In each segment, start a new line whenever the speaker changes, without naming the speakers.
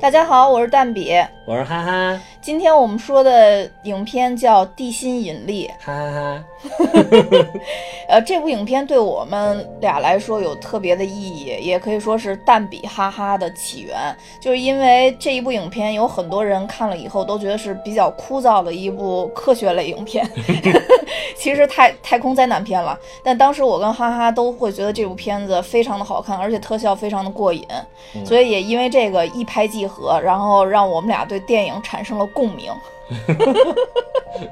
大家好，我是蛋比。
我是哈哈
今天我们说的影片叫《地心引力》。
哈哈哈，
呃，这部影片对我们俩来说有特别的意义，也可以说是蛋比哈哈的起源。就是因为这一部影片，有很多人看了以后都觉得是比较枯燥的一部科学类影片，其实太太空灾难片了。但当时我跟哈哈都会觉得这部片子非常的好看，而且特效非常的过瘾，
嗯
所以也因为这个一拍即合，然后让我们俩对电影产生了共鸣。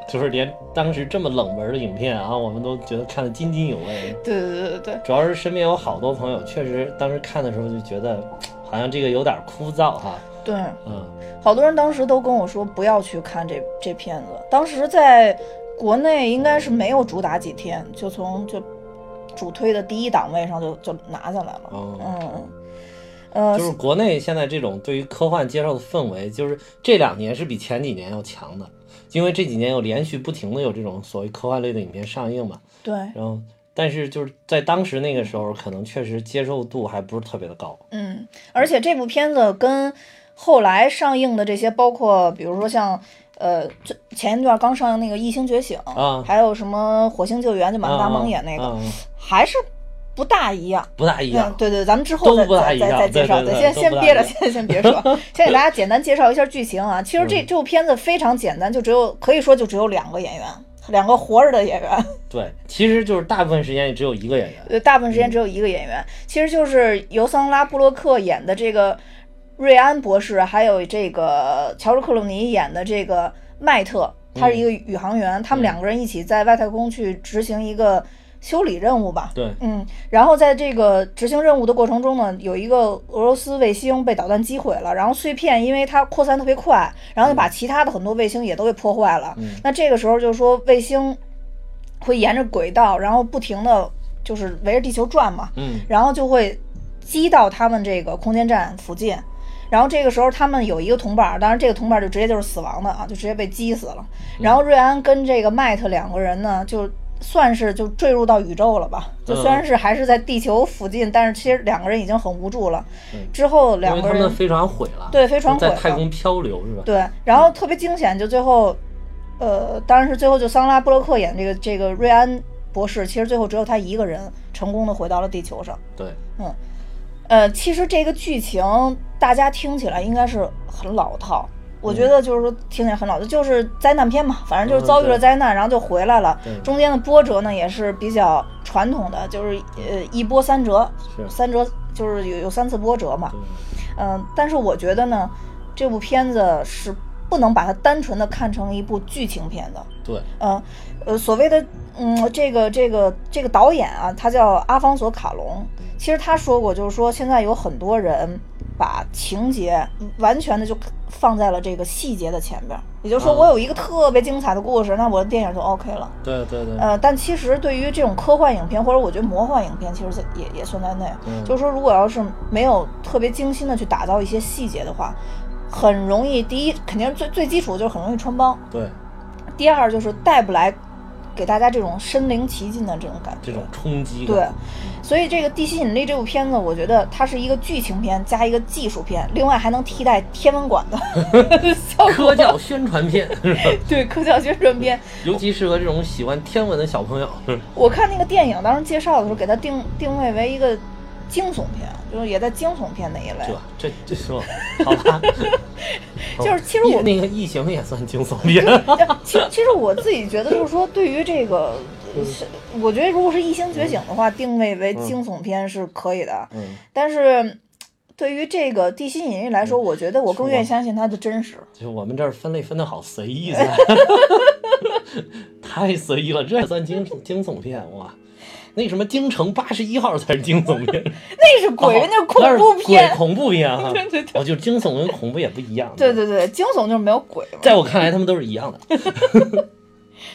就是连当时这么冷门的影片啊，我们都觉得看得津津有味。
对对对对对。
主要是身边有好多朋友，确实当时看的时候就觉得，好像这个有点枯燥哈、
对，
嗯，
好多人当时都跟我说不要去看这这片子。当时在国内应该是没有主打几天，就从就主推的第一档位上就就拿下来了。
哦，
嗯，呃
就，是国内现在这种对于科幻接受的氛围，就是这两年是比前几年要强的，因为这几年有连续不停的有这种所谓科幻类的影片上映嘛，
对，
然后但是就是在当时那个时候，可能确实接受度还不是特别的高。
嗯，而且这部片子跟后来上映的这些，包括比如说像。呃，最前一段刚上映那个《异星觉醒》
啊
还有什么《火星救援》，就满大蒙演那个，
啊啊啊
还是不大一样。
不大一样
嗯，。对对，咱们之后再
都不大
再
一
再
样
再介绍，
对对对
先
都
先
不大
憋着，
一样
先先别 说，先给大家简单介绍一下剧情啊。其实
嗯
这这部片子非常简单，就只有可以说就只有两个演员，两个活着的演员，
对，其实就是大部分时间也只有一个演员。
呃，大部分时
嗯
间只有一个演员，其实就是尤桑拉·布洛克演的这个瑞安博士，还有这个乔治·克鲁尼演的这个麦特，他是
嗯
一个宇航员，他们两个人一起在外太空去执行一个修理任务吧。
对，
嗯，然后在这个执行任务的过程中呢，有一个俄罗斯卫星被导弹击毁了，然后碎片因为它扩散特别快，然后就把其他的很多卫星也都给破坏了。
嗯
那这个时候就是说卫星会沿着轨道，然后不停的就是围着地球转嘛，
嗯
然后就会击到他们这个空间站附近。然后这个时候，他们有一个同伴儿，当然这个同伴儿就直接就是死亡的啊，就直接被击死了。
嗯
然后瑞安跟这个麦特两个人呢，就算是就坠入到宇宙了吧，
嗯
就虽然是还是在地球附近，但是其实两个人已经很无助了。
嗯
之后
因为
两
他
个
们的
人
飞船毁了，
对飞船毁
在
了，
太空漂流是吧？
对，然后特别惊险，就最后，呃，当然是最后就桑拉布洛克演这个这个瑞安博士，其实最后只有他一个人成功的回到了地球上。
对
嗯呃，其实这个剧情大家听起来应该是很老套，我觉得就是说听起来很老套，就是灾难片嘛，反正就是
嗯
遭遇了
对
灾难，然后就回来了
对。
中间的波折呢也是比较传统的，就是呃一波三折，
是
三折就是有有三次波折嘛。
对
嗯、但是我觉得呢，这部片子是不能把它单纯的看成一部剧情片的。
对，
嗯，呃，所谓的嗯，这个这个这个导演啊，他叫阿方索·卡隆。其实他说过，就是说现在有很多人把情节完全的就放在了这个细节的前边儿，也就是说，
嗯
我有一个特别精彩的故事，那我的电影就 OK 了。
对对对，
呃，但其实对于这种科幻影片，或者我觉得魔幻影片，其实也也算在内。
嗯
就是说，如果要是没有特别精心的去打造一些细节的话，很容易，第一肯定是最最基础的就是很容易穿帮，
对
第二就是带不来给大家这种身临其境的这种感觉。
这种冲击
对
感，，
所以这个《地心引力》这部片子，我觉得它是一个剧情片加一个技术片，另外还能替代天文 馆的效果。
科教宣传片， 是吧
对科教宣传片，
尤其适合这种喜欢天文的小朋友。是
我看那个电影当时介绍的时候，给它定定位为一个惊悚片，就是也在惊悚片那一类。
这这这是吧好吧？
就是其实 我
异那个异形也算惊悚片，
其其实我自己觉得，就是说，对于这个，
嗯
是我觉得如果是《异星觉醒》的话，定位为惊悚片是可以的。
嗯，
但是，对于这个地心引力来说，我觉得我更愿意相信它的真实。
就我们这儿分类分的好随意噻，太随意了，这还算惊惊悚片哇？那什么《京城八十一号》才是惊悚片，
那是 鬼，那是恐怖
哦那是鬼
片。
恐怖 片啊！
对对
哦，就是惊悚跟恐怖也不一样。
对，对对，惊悚就是没有鬼嘛。
在我看来，他们都是一样的。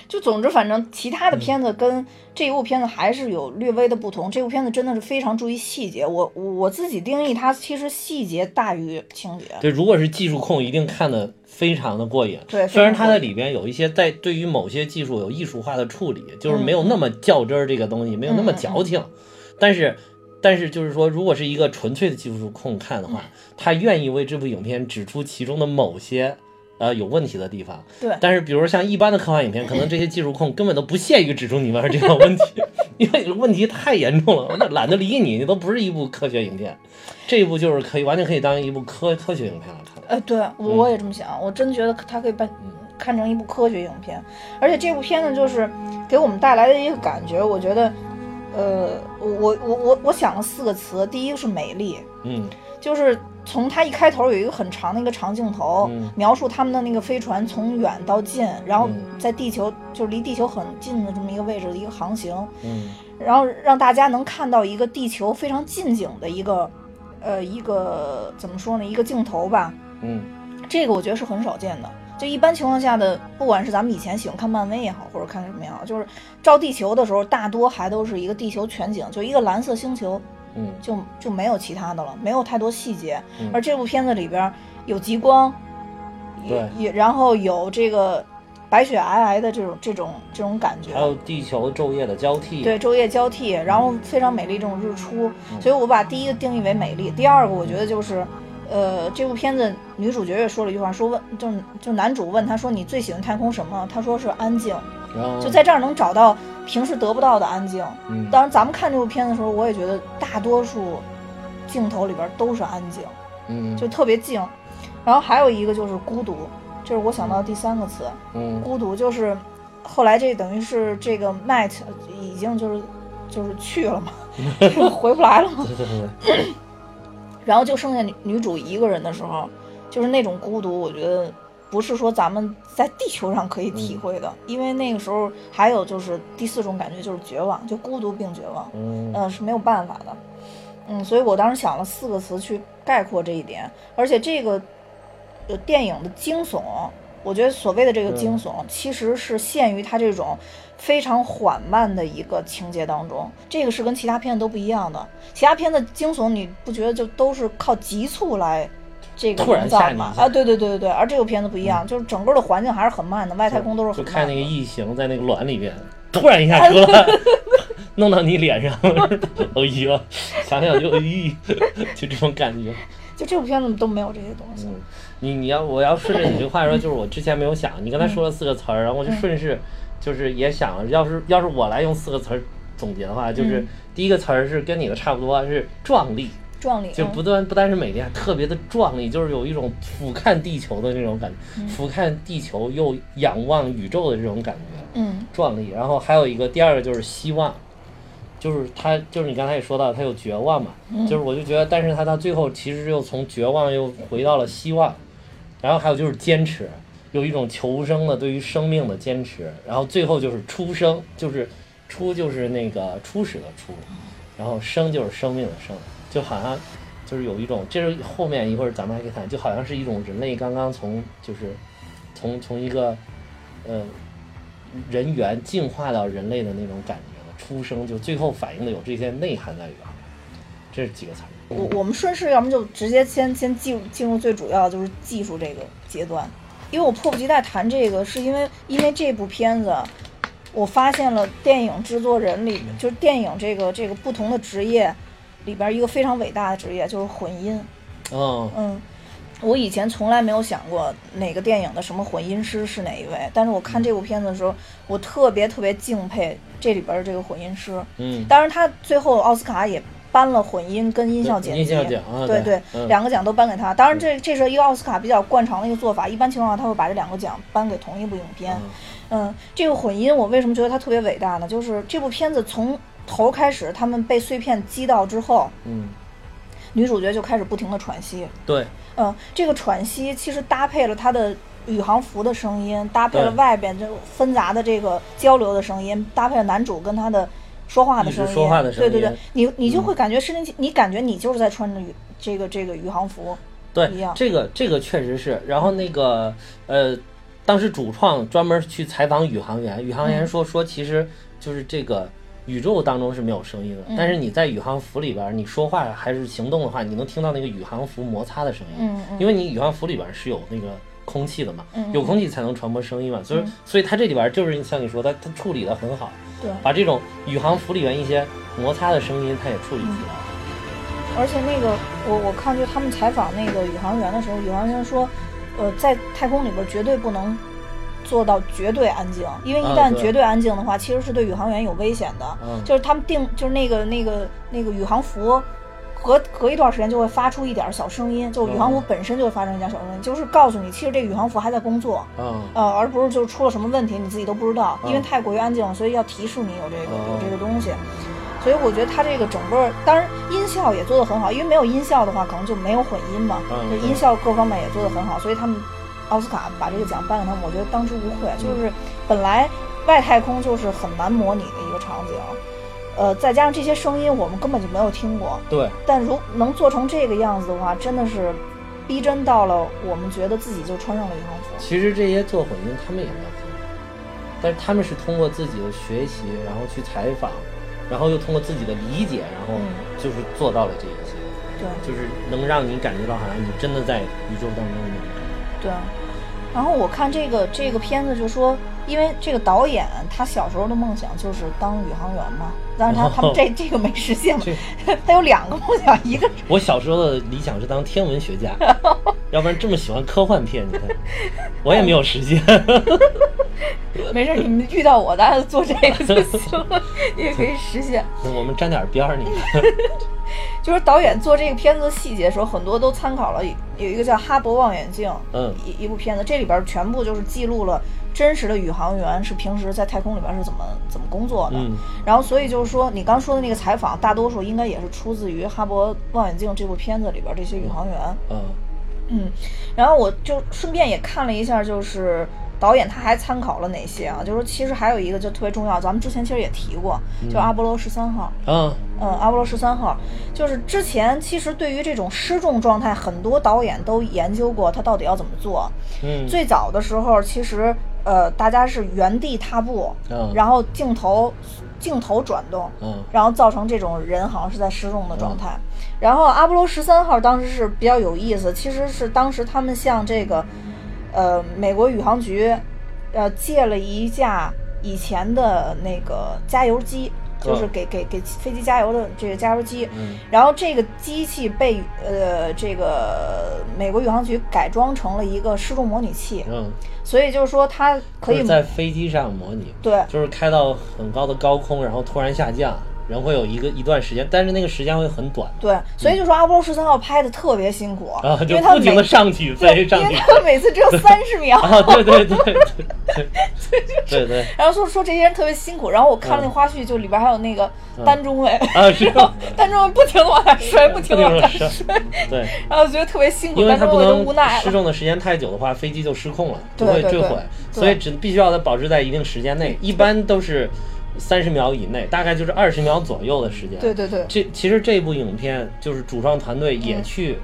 就总之，反正其他的片子跟这一部片子还是有略微的不同。这部片子真的是非常注意细节，我我我自己定义它，其实细节大于情节。
对，如果是技术控，一定看得非常的过瘾。
对，
虽然
非常
它在
过
里边有一些在对于某些技术有艺术化的处理，就是
嗯
没有那么较真儿这个东西，没有那么矫情，但是。但是就是说，如果是一个纯粹的技术控看的
嗯
话，他愿意为这部影片指出其中的某些呃有问题的地方。
对
但是比如像一般的科幻影片，可能这些技术控根本都不屑于指出你们这个问题， 因为问题太严重了，我就懒得理你，你都不是一部科学影片。这一部就是可以完全可以当一部科科学影片来看。
呃，对我我也这么
嗯
想，我真觉得它可以把看成一部科学影片，而且这部片子就是给我们带来的一个感觉，我觉得，呃，我我我我想了四个词，第一个是美丽，
嗯
就是从它一开头有一个很长的一个长镜头，
嗯
描述他们的那个飞船从远到近，然后
嗯
在地球就是离地球很近的这么一个位置的一个航行，
嗯
然后让大家能看到一个地球非常近景的一个，呃，一个怎么说呢，一个镜头吧，
嗯
这个我觉得是很少见的。就一般情况下的，不管是咱们以前喜欢看漫威也好，或者看什么也好，就是照地球的时候，大多还都是一个地球全景，就一个蓝色星球，
嗯
就就没有其他的了，没有太多细节。
嗯
而这部片子里边有极光，也
对
也然后有这个白雪皑皑的这种这种这种感觉，
还有地球昼夜的交替。
对，昼夜交替，然后非常美丽这种日出，所以我把第一个定义为美丽，第二个我觉得就是，呃，这部片子女主角也说了一句话，说问就就男主问她说你最喜欢太空什么？她说是安静，
然后
就在这儿能找到平时得不到的安静。
嗯
当然，咱们看这部片子的时候，我也觉得大多数镜头里边都是安静，
嗯
就特别静。然后还有一个就是孤独，这是我想到的第三个词。
嗯
孤独就是后来这等于是这个 Matt 已经就是就是去了嘛，回不来了嘛，
对对对
然后就剩下女女主一个人的时候，就是那种孤独，我觉得不是说咱们在地球上可以体会的，因为那个时候还有就是第四种感觉就是绝望，就孤独并绝望，
嗯
嗯、是没有办法的，嗯，所以我当时想了四个词去概括这一点，而且这个呃电影的惊悚，我觉得所谓的这个惊悚，其实是限于它这种非常缓慢的一个情节当中，这个是跟其他片子都不一样的。其他片子惊悚，你不觉得就都是靠急促来？这个
突然
营造
吓你
吗
一？下嗯
啊，对对对对对，而这个片子不一样，就是整个的环境还是很慢的，外太空都是
就
很
看
慢
那
的。
个异形在那个卵里面突然一下 出来，弄到你脸上，哎呀，想想就哎呀，就这种感觉。
就这部片子都没有这些东西。
嗯，你你要我要顺着你这话说，就是我之前没有想，你刚才说了四个词儿，然后
嗯
我就顺势就是也想了，要是要是我来用四个词儿总结的话，就是
嗯
第一个词儿是跟你的差不多，是壮丽。
壮丽
就
嗯
不断不单是美丽，还啊特别的壮丽，就是有一种俯瞰地球的那种感觉，
嗯
俯瞰地球又仰望宇宙的这种感觉，
嗯
壮丽。然后还有一个，第二个就是希望，就是他就是你刚才也说到，他有绝望嘛，就是我就觉得，但是他到最后其实又从绝望又回到了希望，然后还有就是坚持，有一种求生的对于生命的坚持，然后最后就是出生，就是出就是那个初始的出，然后生就是生命的生，就好像就是有一种，这是后面一会儿咱们还可以谈，就好像是一种人类刚刚从就是从从一个呃人猿进化到人类的那种感觉了，出生就最后反映的有这些内涵在里边儿，这是几个词儿。
我我们顺势，要么就直接先先进入进入最主要的就是技术这个阶段，因为我迫不及待谈这个，是因为因为这部片子，我发现了电影制作人里就是电影这个这个不同的职业里边一个非常伟大的职业就是混音，
嗯
嗯。我以前从来没有想过哪个电影的什么混音师是哪一位，但是我看这部片子的时候，我特别特别敬佩这里边的这个混音师。
嗯，
当然，他最后奥斯卡也颁了混音跟音效剪辑，
音效奖啊
对
对
对，
嗯
两个奖都颁给他。当然这，这是一个奥斯卡比较惯常的一个做法，一般情况下他会把这两个奖颁给同一部影片。嗯这个混音我为什么觉得它特别伟大呢？就是这部片子从头开始，他们被碎片击到之后，
嗯，
女主角就开始不停的喘息。
对，
嗯，这个喘息其实搭配了她的宇航服的声音，搭配了
对
外边这纷杂的这个交流的声音，搭配了男主跟他的说话的声
一
音，
直说话的声音嗯
对对对，你你就会感觉身临其，你感觉你就是在穿着宇这个这个宇航服，
对
一样，
这个这个确实是。然后那个呃，当时主创专门去采访宇航员，宇航
嗯
员说说其实就是这个宇宙当中是没有声音
嗯
的，但是你在宇航服里边儿，你说话还是行动的话，你能听到那个宇航服摩擦的声音，
嗯嗯
因为你宇航服里边儿是有那个空气的嘛，
嗯
有空气才能传播声音嘛，所以、所以它这里边儿就是像你说的，它处理的很好，
对，
把这种宇航服里边一些摩擦的声音它也处理出来了。
而且那个我我看就他们采访那个宇航员的时候，宇航员说，呃，在太空里边绝对不能做到绝对安静，因为一
啊
旦
对
绝对安静的话，其实是对宇航员有危险的。
嗯
就是他们定就是那个那个那个宇航服。隔隔一段时间就会发出一点小声音，就宇航服
嗯
本身就会发生一点小声音，就是告诉你，其实这个宇航服还在工作，
嗯
呃，而不是就是出了什么问题你自己都不知道，
嗯
因为太过于安静了，所以要提示你有这个有
哦
这个东西。所以我觉得它这个整个，当然音效也做得很好，因为没有音效的话，可能就没有混音嘛，
嗯
就
对
音效各方面也做得很好，所以他们奥斯卡把这个奖颁给他们，我觉得当之无愧。就是
嗯
本来外太空就是很难模拟的一个场景，呃，再加上这些声音我们根本就没有听过，
对，
但如能做成这个样子的话，真的是逼真到了我们觉得自己就穿上了宇航服。
其实这些做混音他们也没有听过，但是他们是通过自己的学习，然后去采访，然后又通过自己的理解，然后
嗯
就是做到了这一些，
对。
就是能让你感觉到好像你真的在宇宙当中那种感觉。
对啊，然后我看这个这个片子就说，因为这个导演他小时候的梦想就是当宇航员嘛，但是他他们这
哦
这个没实 现嘛，他有两个梦想，一个是
我小时候的理想是当天文学 家，要不然这么喜欢科幻片，你看我也没有实现。
哎没事儿，你们遇到我，咱做这个就行了， 也可以实现。
我们沾点边儿，你 看。
就是导演做这个片子的细节的时候，很多都参考了有一个叫《哈勃望远镜》
嗯
一一部片子，这里边全部就是记录了真实的宇航员是平时在太空里边是怎么怎么工作的。
嗯
然后所以就是说，你刚说的那个采访，大多数应该也是出自于《哈勃望远镜》这部片子里边这些宇航员。
嗯
嗯，然后我就顺便也看了一下，就是导演他还参考了哪些啊？就是说其实还有一个就特别重要，咱们之前其实也提过，就阿波罗十三号。
嗯
嗯，阿波罗十三号，就是之前其实对于这种失重状态，很多导演都研究过它到底要怎么做。
嗯，
最早的时候，其实呃大家是原地踏步，
嗯
然后镜头镜头转动，
嗯
然后造成这种人好像是在失重的状态。然后阿波罗十三号当时是比较有意思，其实是当时他们向这个呃美国宇航局呃借了一架以前的那个加油机，就是
嗯
给给给飞机加油的这个加油机。
嗯
然后这个机器被呃这个美国宇航局改装成了一个失重模拟器，
嗯，
所以就是说它可
就
以
是在飞机上模拟，
对
就是开到很高的高空，然后突然下降，人会有一个一段时间，但是那个时间会很短，
对，所以就说阿波罗十三号拍的特别辛苦，
然后
因
嗯啊就
为它
不停
每
的上起飞，上
因
起
为
飞，
他们每次只有三十秒。
啊，对对对对对对对，
然后说说这些人特别辛苦，然后我
嗯
看了那花絮，就里边还有那个单中尉，
啊是
然后单中尉不停的往下摔，不停的往下
嗯不停地往下
摔，
对，
然后觉得特别辛苦，
因为
单
它
中
不
尉都
能
无奈
失
了。
重的时间太久的话，飞机就失控了，就
对
会
对
坠
对
毁，
对
所以只必须要在保持在一定时间内，一般都是三十秒以内，大概就是二十秒左右的时间，
对对嗯对，
这其实这部影片就是主创团队也去、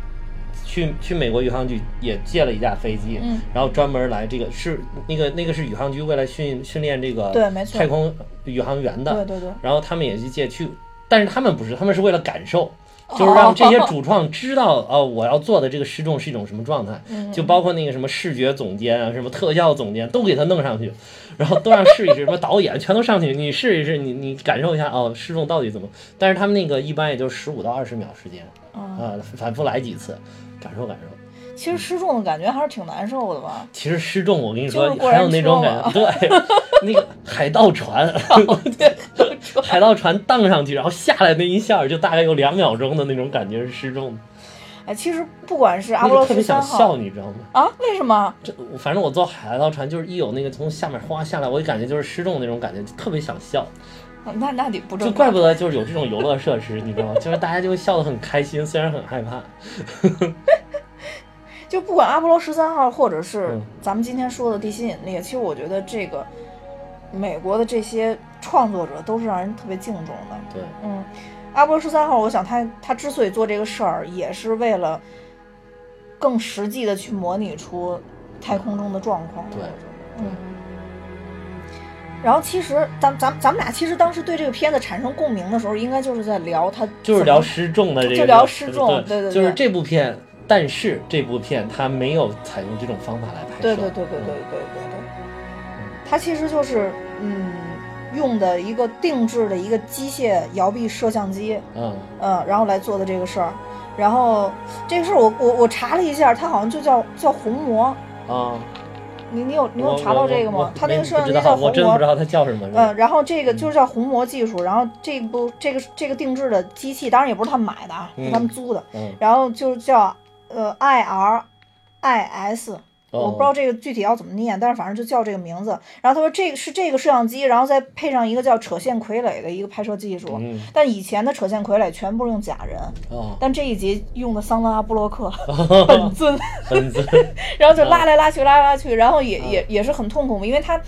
去去美国宇航局也借了一架飞机，
嗯
然后专门来这个是那个那个是宇航局为了训训练这个
对没错
太空宇航员的，
对对对
然后他们也去借去，但是他们不是，他们是为了感受。就是让这些主创知道，哦，我要做的这个失重是一种什么状态，
嗯
就包括那个什么视觉总监啊，什么特效总监都给他弄上去，然后都让试一试，什么导演全都上去，你试一试，你你感受一下哦，失重到底怎么？但是他们那个一般也就十五到二十秒时间，
嗯，
啊、反复来几次，感受感受。
其实失重的感觉还是挺难受的 吧？
其实失重，我跟你说
就是，过
还
山
有那种感觉，对， 那个海盗船， 海盗船荡上去，然后下来那一下儿就大概有两秒钟的那种感觉是失重的，
哎，其实不管是阿
那
波
个
罗
特
十
别想
三号
笑，你知道吗？
啊，为什么？
这我反正我坐海盗船，就是一有那个从下面哗下来，我就感觉就是失重那种感觉，就特别想笑，
嗯那那得不
就
正
怪
常。
不得就是有这种游乐设施，你知道 吗？就是大家就会笑得很开心，虽然很害怕。
就不管阿波罗十三号，或者是
嗯
咱们今天说的地心引力，其实我觉得这个美国的这些创作者都是让人特别敬重的。
对，
嗯，阿波罗十三号，我想他他之所以做这个事儿，也是为了更实际的去模拟出太空中的状况。
对
我觉得然后其实咱咱咱们俩其实当时对这个片子产生共鸣的时候，应该就是在聊他
就是聊失重的这个，
就聊失重对对
对
对
就是这部片，但是这部片它没有采用这种方法来拍摄，
对对对对对对对对，它其实就是嗯用的一个定制的一个机械摇臂摄像机，
嗯，
嗯，然后来做的这个事儿。然后这个事儿我我我查了一下，它好像就叫叫虹膜，
嗯啊，
你你有你
嗯我
有查到这个
我
吗
我？
它那
没
个摄像
不
机
知道
叫
我
虹
真不
膜
知，道它叫什么，是吧
嗯，然后这个就是叫虹膜技术，然后这部这个这个定制的机器，当然也不是他们买的啊，
嗯
是他们租的，
嗯，
然后就是叫呃 I R I S。我不知道
哦，
这个具体要怎么念，但是反正就叫这个名字。然后他说这个是这个摄像机，然后再配上一个叫扯线傀儡的一个拍摄技术。
嗯，
但以前的扯线傀儡全部是用假人，
哦，
但这一集用的桑德拉布洛 克本尊，
很自，
然后就拉来拉去，拉来拉去，然后
嗯
也也也是很痛苦，因为他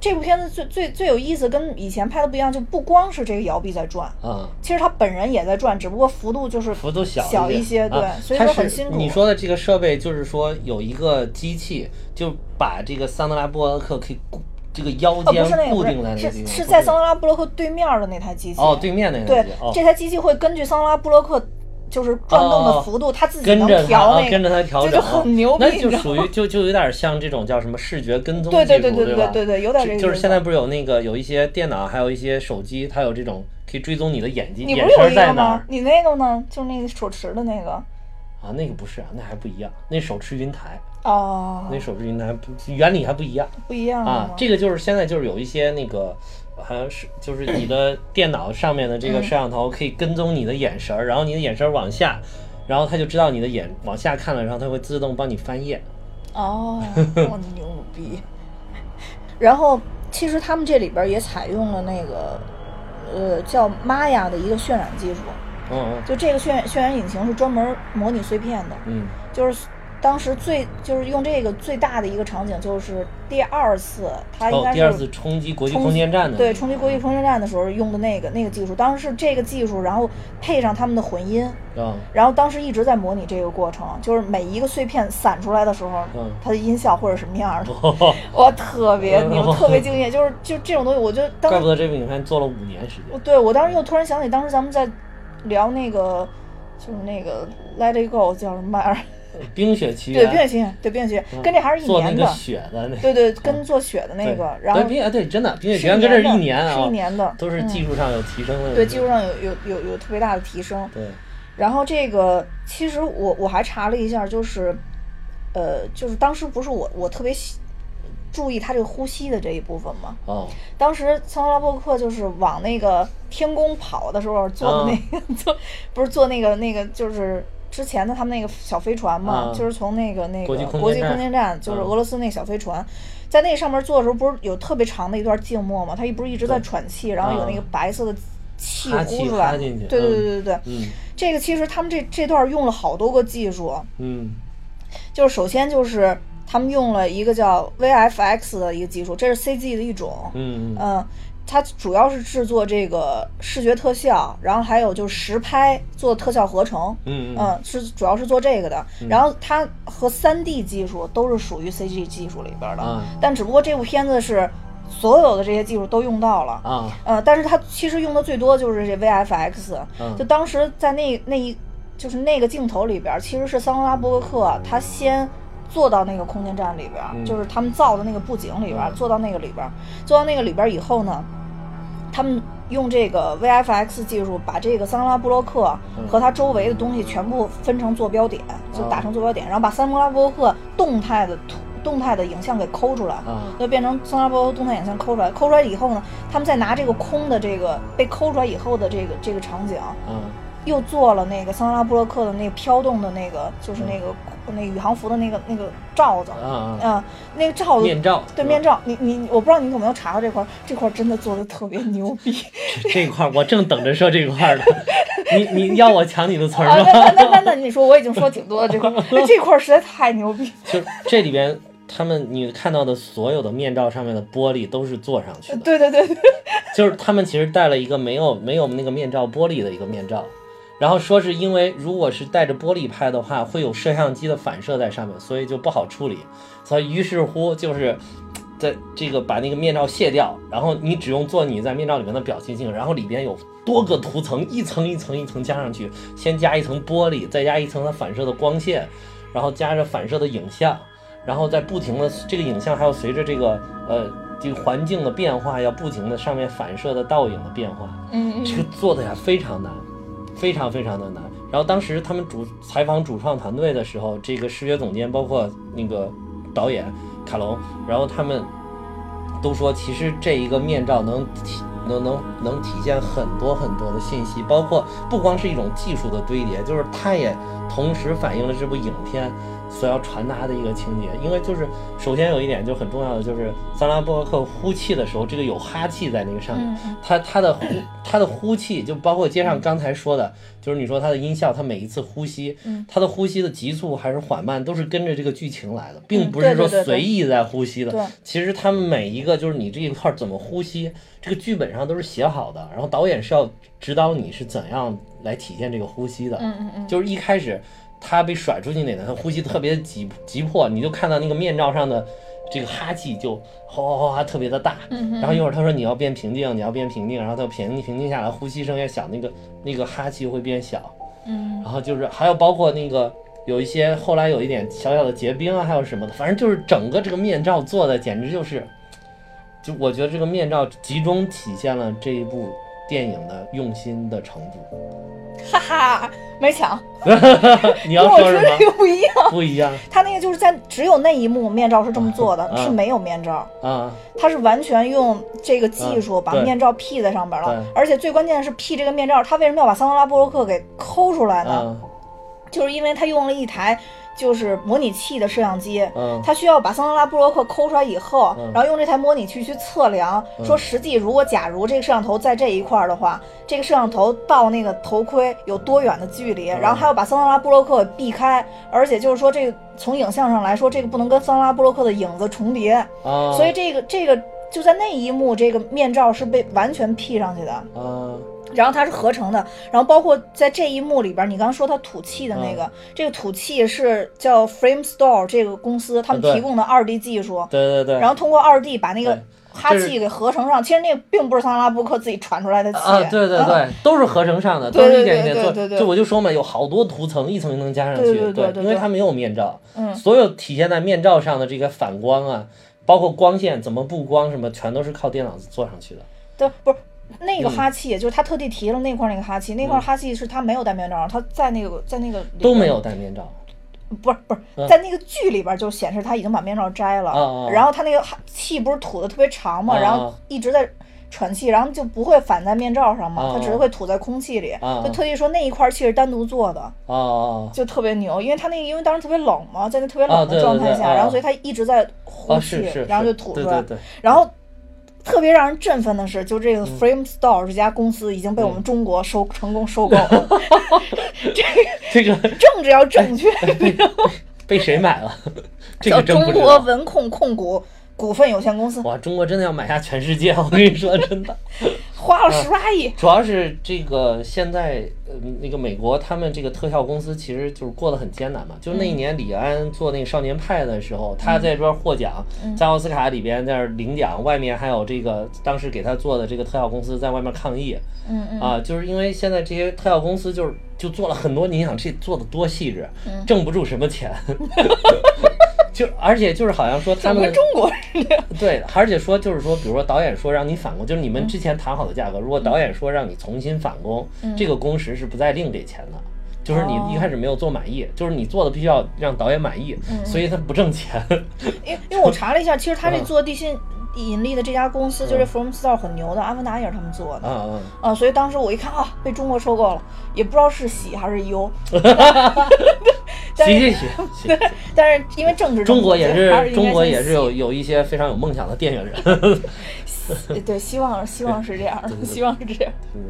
这部片子最最最有意思，跟以前拍的不一样，就不光是这个摇臂在转，
啊，
其实他本人也在转，只不过幅度就是
幅度小
小
一
一些，对，
啊、
所以
它
说
是
很辛苦。
你说的这个设备就是说有一个机器，就把这个桑德拉布洛克可以固这个腰
哦，不
间
是那个，
固
不
定在那个地
是是
方，
是
不
在桑德拉布洛克对面的那台机器。
哦对面那个
对
东西哦，
这台机器会根据桑德拉布洛克就是转动的幅度，它自己
哦跟
能
着它
调
啊
那
跟着
个。
它调
这
整
就
啊，
很牛逼
那
你知
就
道
属于就就有点像这种叫什么视觉跟踪
对
技术，
对对对
吧？
对对，有点这个意思。
就是现在不是有那个有一些电脑，还有一些手机，它有这种可以追踪你的眼睛
你
眼
不是有
神
一
在
个
哪
吗
儿？
你那个呢？就是那个手持的那个。
啊？那个不是啊，那还不一样，那手持云台，
哦，
那手持云台不原理还不一样。
不一样
啊
吗，
这个就是现在就是有一些那个，好像是就是你 的电脑上面的这个摄像
嗯
头可以跟踪你的眼神儿，然后你的眼神儿往下，然后它就知道你的眼往下看了，然后它会自动帮你翻页。
哦，我牛逼。然后其实他们这里边也采用了那个呃叫玛雅的一个渲染技术，
嗯
就这个渲染渲染引擎是专门模拟碎片的，
嗯
就是当时最就是用这个最大的一个场景就是第二次，它
嗯，
应
哦，
该
第二
是
次冲击国际
冲
空间站的
对冲击国际空间站的时候用的那个那个技术，当时是这个技术，然后配上他们的混音，
啊
然后当时一直在模拟这个过程，就是每一个碎片散出来的时候，
嗯
它的音效或者什么样儿的，
哦，
我特 别牛，
哦
特别敬业，就是就这种东西，我就当
怪
时
不得这部影片做了五年时
我
间。
对我当时又突然想起，当时咱们在聊那个就是那个 Let It Go 叫什么玩意儿？
冰雪奇
对，
缘，
冰雪奇缘，对冰雪奇缘，跟这还是一
嗯做那
年
个
的，
雪的那
对对，跟做雪的那个，然后
对冰啊对，真的冰雪
是
奇缘跟这儿一
一
年
年的
啊，
是一年的
都是
嗯
技术上有提升的。
对技术上有有有有特别大的提升。
对，
然后这个其实我我还查了一下，就是，呃，就是当时不是我我特别喜注意他这个呼吸的这一部分嘛。
哦，
当时桑德拉伯克就是往那个天宫跑的时候坐的那个、
嗯
坐不是坐那个那个就是之前的他们那个小飞船嘛，
啊
就是从那个那个
国际空间站嗯
国际空间站，就是俄罗斯那个小飞船，在那上面坐的时候，不是有特别长的一段静默嘛？他一不是一直在
对
喘气，然后有那个
啊
白色的气
哈
呼
气
出来，
哈
对
进去
对对
嗯
对对对。
嗯
这个其实他们这这段用了好多个技术，
嗯。
就是首先就是他们用了一个叫 VFX 的一个技术，这是 CG 的一种，
嗯，嗯，
嗯，它主要是制作这个视觉特效，然后还有就是实拍做特效合成，
嗯嗯
嗯，是主要是做这个的。然后它和 3D 技术都是属于 CG 技术里边的，
啊
但只不过这部片子是所有的这些技术都用到了，
啊，
呃，但是它其实用的最多就是这 VFX，、
嗯
就当时在那那一就是那个镜头里边儿，其实是桑德拉伯格克他先坐到那个空间站里边儿，
嗯
就是他们造的那个布景里边儿，
嗯
坐到那个里边儿，坐到那个里边儿以后呢，他们用这个 VFX 技术把这个桑德拉布洛克
嗯
和他周围的东西全部分成坐标点，就打成坐标点，然后把桑德拉布洛克动态的图。动态的影像给抠出来，
啊
就变成桑德拉布洛克动态影像抠出来。抠出来以后呢，他们再拿这个空的这个被抠出来以后的这个这个场景，
啊
又做了那个桑德拉布洛克的那个飘动的那个，
嗯
就是那个、那个宇航服的那个那个罩子，
啊
啊、
啊，
那个罩子
面罩
对面罩，你你我不知道你有没有查到这块儿，这块儿真的做的特别牛 逼
这块儿我正等着说这块儿呢，你你要我抢你的词
啊！那
儿吗？
那那那那你说我已经说挺多的这块 儿，那这块儿实在太牛逼，
就是这里边他们你看到的所有的面罩上面的玻璃都是做上去的，
对对对对，
就是他们其实戴了一个没有没有那个面罩玻璃的一个面罩。然后说是因为如果是带着玻璃拍的话，会有摄像机的反射在上面，所以就不好处理。所以于是乎就是在这个把那个面罩卸掉，然后你只用做你在面罩里面的表情镜，然后里边有多个涂层，一层一层一层加上去，先加一层玻璃，再加一层它反射的光线，然后加着反射的影像，然后再不停的这个影像还要随着这个呃这个环境的变化，要不停的上面反射的倒影的变化，
嗯
这个做的呀非常难，非常非常的难。然后当时他们主采访主创团队的时候，这个视觉总监包括那个导演卡隆，然后他们都说，其实这一个面罩能体能能能体现很多很多的信息，包括不光是一种技术的堆叠，就是它也同时反映了这部影片所要传达的一个情节。因为就是首先有一点就很重要的，就是桑拉波克呼气的时候，这个有哈气在那个上面。
嗯
他他的呼他的呼气，就包括接上刚才说的，就是你说他的音效，他每一次呼吸
嗯，
他的呼吸的急速还是缓慢，都是跟着这个剧情来的，
嗯
并不
对
是
对
说
对对
随意在呼吸
对
的。其实他们每一个就是你这一块儿怎么呼吸，这个剧本上都是写好的，然后导演是要指导你是怎样来体现这个呼吸的。
嗯嗯嗯，
就是一开始他被甩出去那段，他呼吸特别急急迫，你就看到那个面罩上的这个哈气就哗哗哗哗特别的大。
嗯哼
然后一会儿他说你要变平静，你要变平静，然后他平平静下来，呼吸声越小，那个那个哈气会变小。
嗯
然后就是还有包括那个有一些后来有一点小小的结冰啊，还有什么的，反正就是整个这个面罩做的简直就是，就我觉得这个面罩集中体现了这一部电影的用心的程度。
哈哈，没抢，跟
你要
我
说
说
什
这个
么？
不一样。
不一样
他那个就是在只有那一幕面罩是这么做的，
啊
是没有面罩，
啊！
他是完全用这个技术把
啊对
面罩 P 在上边了
对。
而且最关键的是 P 这个面罩，他为什么要把桑德拉布洛克给抠出来呢？
嗯
就是因为他用了一台就是模拟器的摄像机。
嗯
他需要把桑德拉布洛克抠出来以后，
嗯
然后用这台模拟器去测量，
嗯
说实际如果假如这个摄像头在这一块儿的话，这个摄像头到那个头盔有多远的距离，
嗯
然后还要把桑德拉布洛克避开，而且就是说这个从影像上来说，这个不能跟桑德拉布洛克的影子重叠，
啊，
所以这个这个就在那一幕，这个面罩是被完全 P 上去的。
啊
然后它是合成的，然后包括在这一幕里边，你刚刚说它吐气的那个，
嗯
这个吐气是叫 Frame Store 这个公司他们
啊对
提供的二 D 技术，
对对对，
然后通过二 D 把那个
对
哈
这
气
是
给合成上。其实那并不是桑德拉布克自己传出来的气，
啊，对对
啊
对，都是合成上的，
对
都是一
对
点一点
对
做。
对对对
就我就说嘛，有好多涂层，一层一层加上去。
对对对对对
因为它没有面罩，
嗯
所有体现在面罩上的这个反光啊，包括光线怎么布光什么，全都是靠电脑做上去的。
对，不是。那
嗯
个哈气，就是他特地提了那块儿那个哈气，那块儿哈气是他没有戴面罩上，他在那个在那个里边
都没有戴面罩，
不是不是，
嗯
在那个剧里边就显示他已经把面罩摘了，
啊啊啊
然后他那个哈气不是吐的特别长嘛，
啊啊
然后一直在喘气，然后就不会反在面罩上嘛，
啊啊
他只会吐在空气里，
啊啊
就特意说那一块气是单独做的，
哦哦
就特别牛，因为他那个因为当时特别冷嘛，在那特别冷
啊对
的
对
状态
对
下，
啊
然后所以他一直在呼
哦，
气，
是是，
然后就是吐出
对
来，
对对，
然后。特别让人振奋的是，就这个 Frame Store 这家公司已经被我们中国收、成功 收购了，
这个
政治要正确。
被谁买了？哎 这
叫
个真
中
不知
国
道。
文控控股股份有限公司，
哇，中国真的要买下全世界，我跟你说，真的。
花了十八亿。
主要是这个现在呃那个美国他们这个特效公司其实就是过得很艰难嘛，就是那一年李安做那个《少年派》的时候，他在这边获奖，在奥斯卡里边在那儿领奖，外面还有这个当时给他做的这个特效公司在外面抗议
嗯嗯
啊，就是因为现在这些特效公司就是就做了很多，你想这做的多细致，挣不住什么钱。 就而且就是好像说他
怎么跟
们
中国人这样？
对，而且说就是说，比如说导演说让你返工，就是你
嗯
们之前谈好的价格，如果导演说让你重新返工，这个工时是不再另给钱的。就是你
嗯哦
一开始没有做满意，就是你做的必须要让导演满意，
嗯
所以他不挣钱。
因为 因为我查了一下，其实他这
嗯
做地心引力的这家公司，就是 From Store 很牛的，《阿凡达》也是他们做的。
啊
啊，所以当时我一看啊，被中国收购了，也不知道是喜还是忧，
啊，
但
行
是
行行 行，
但是因为政治正确，
中国也
还是应
是
该
中国
先
也是
喜
有有一些非常有梦想的电 影人。
对，希望希望是这样
对对，对
希望是这样
嗯。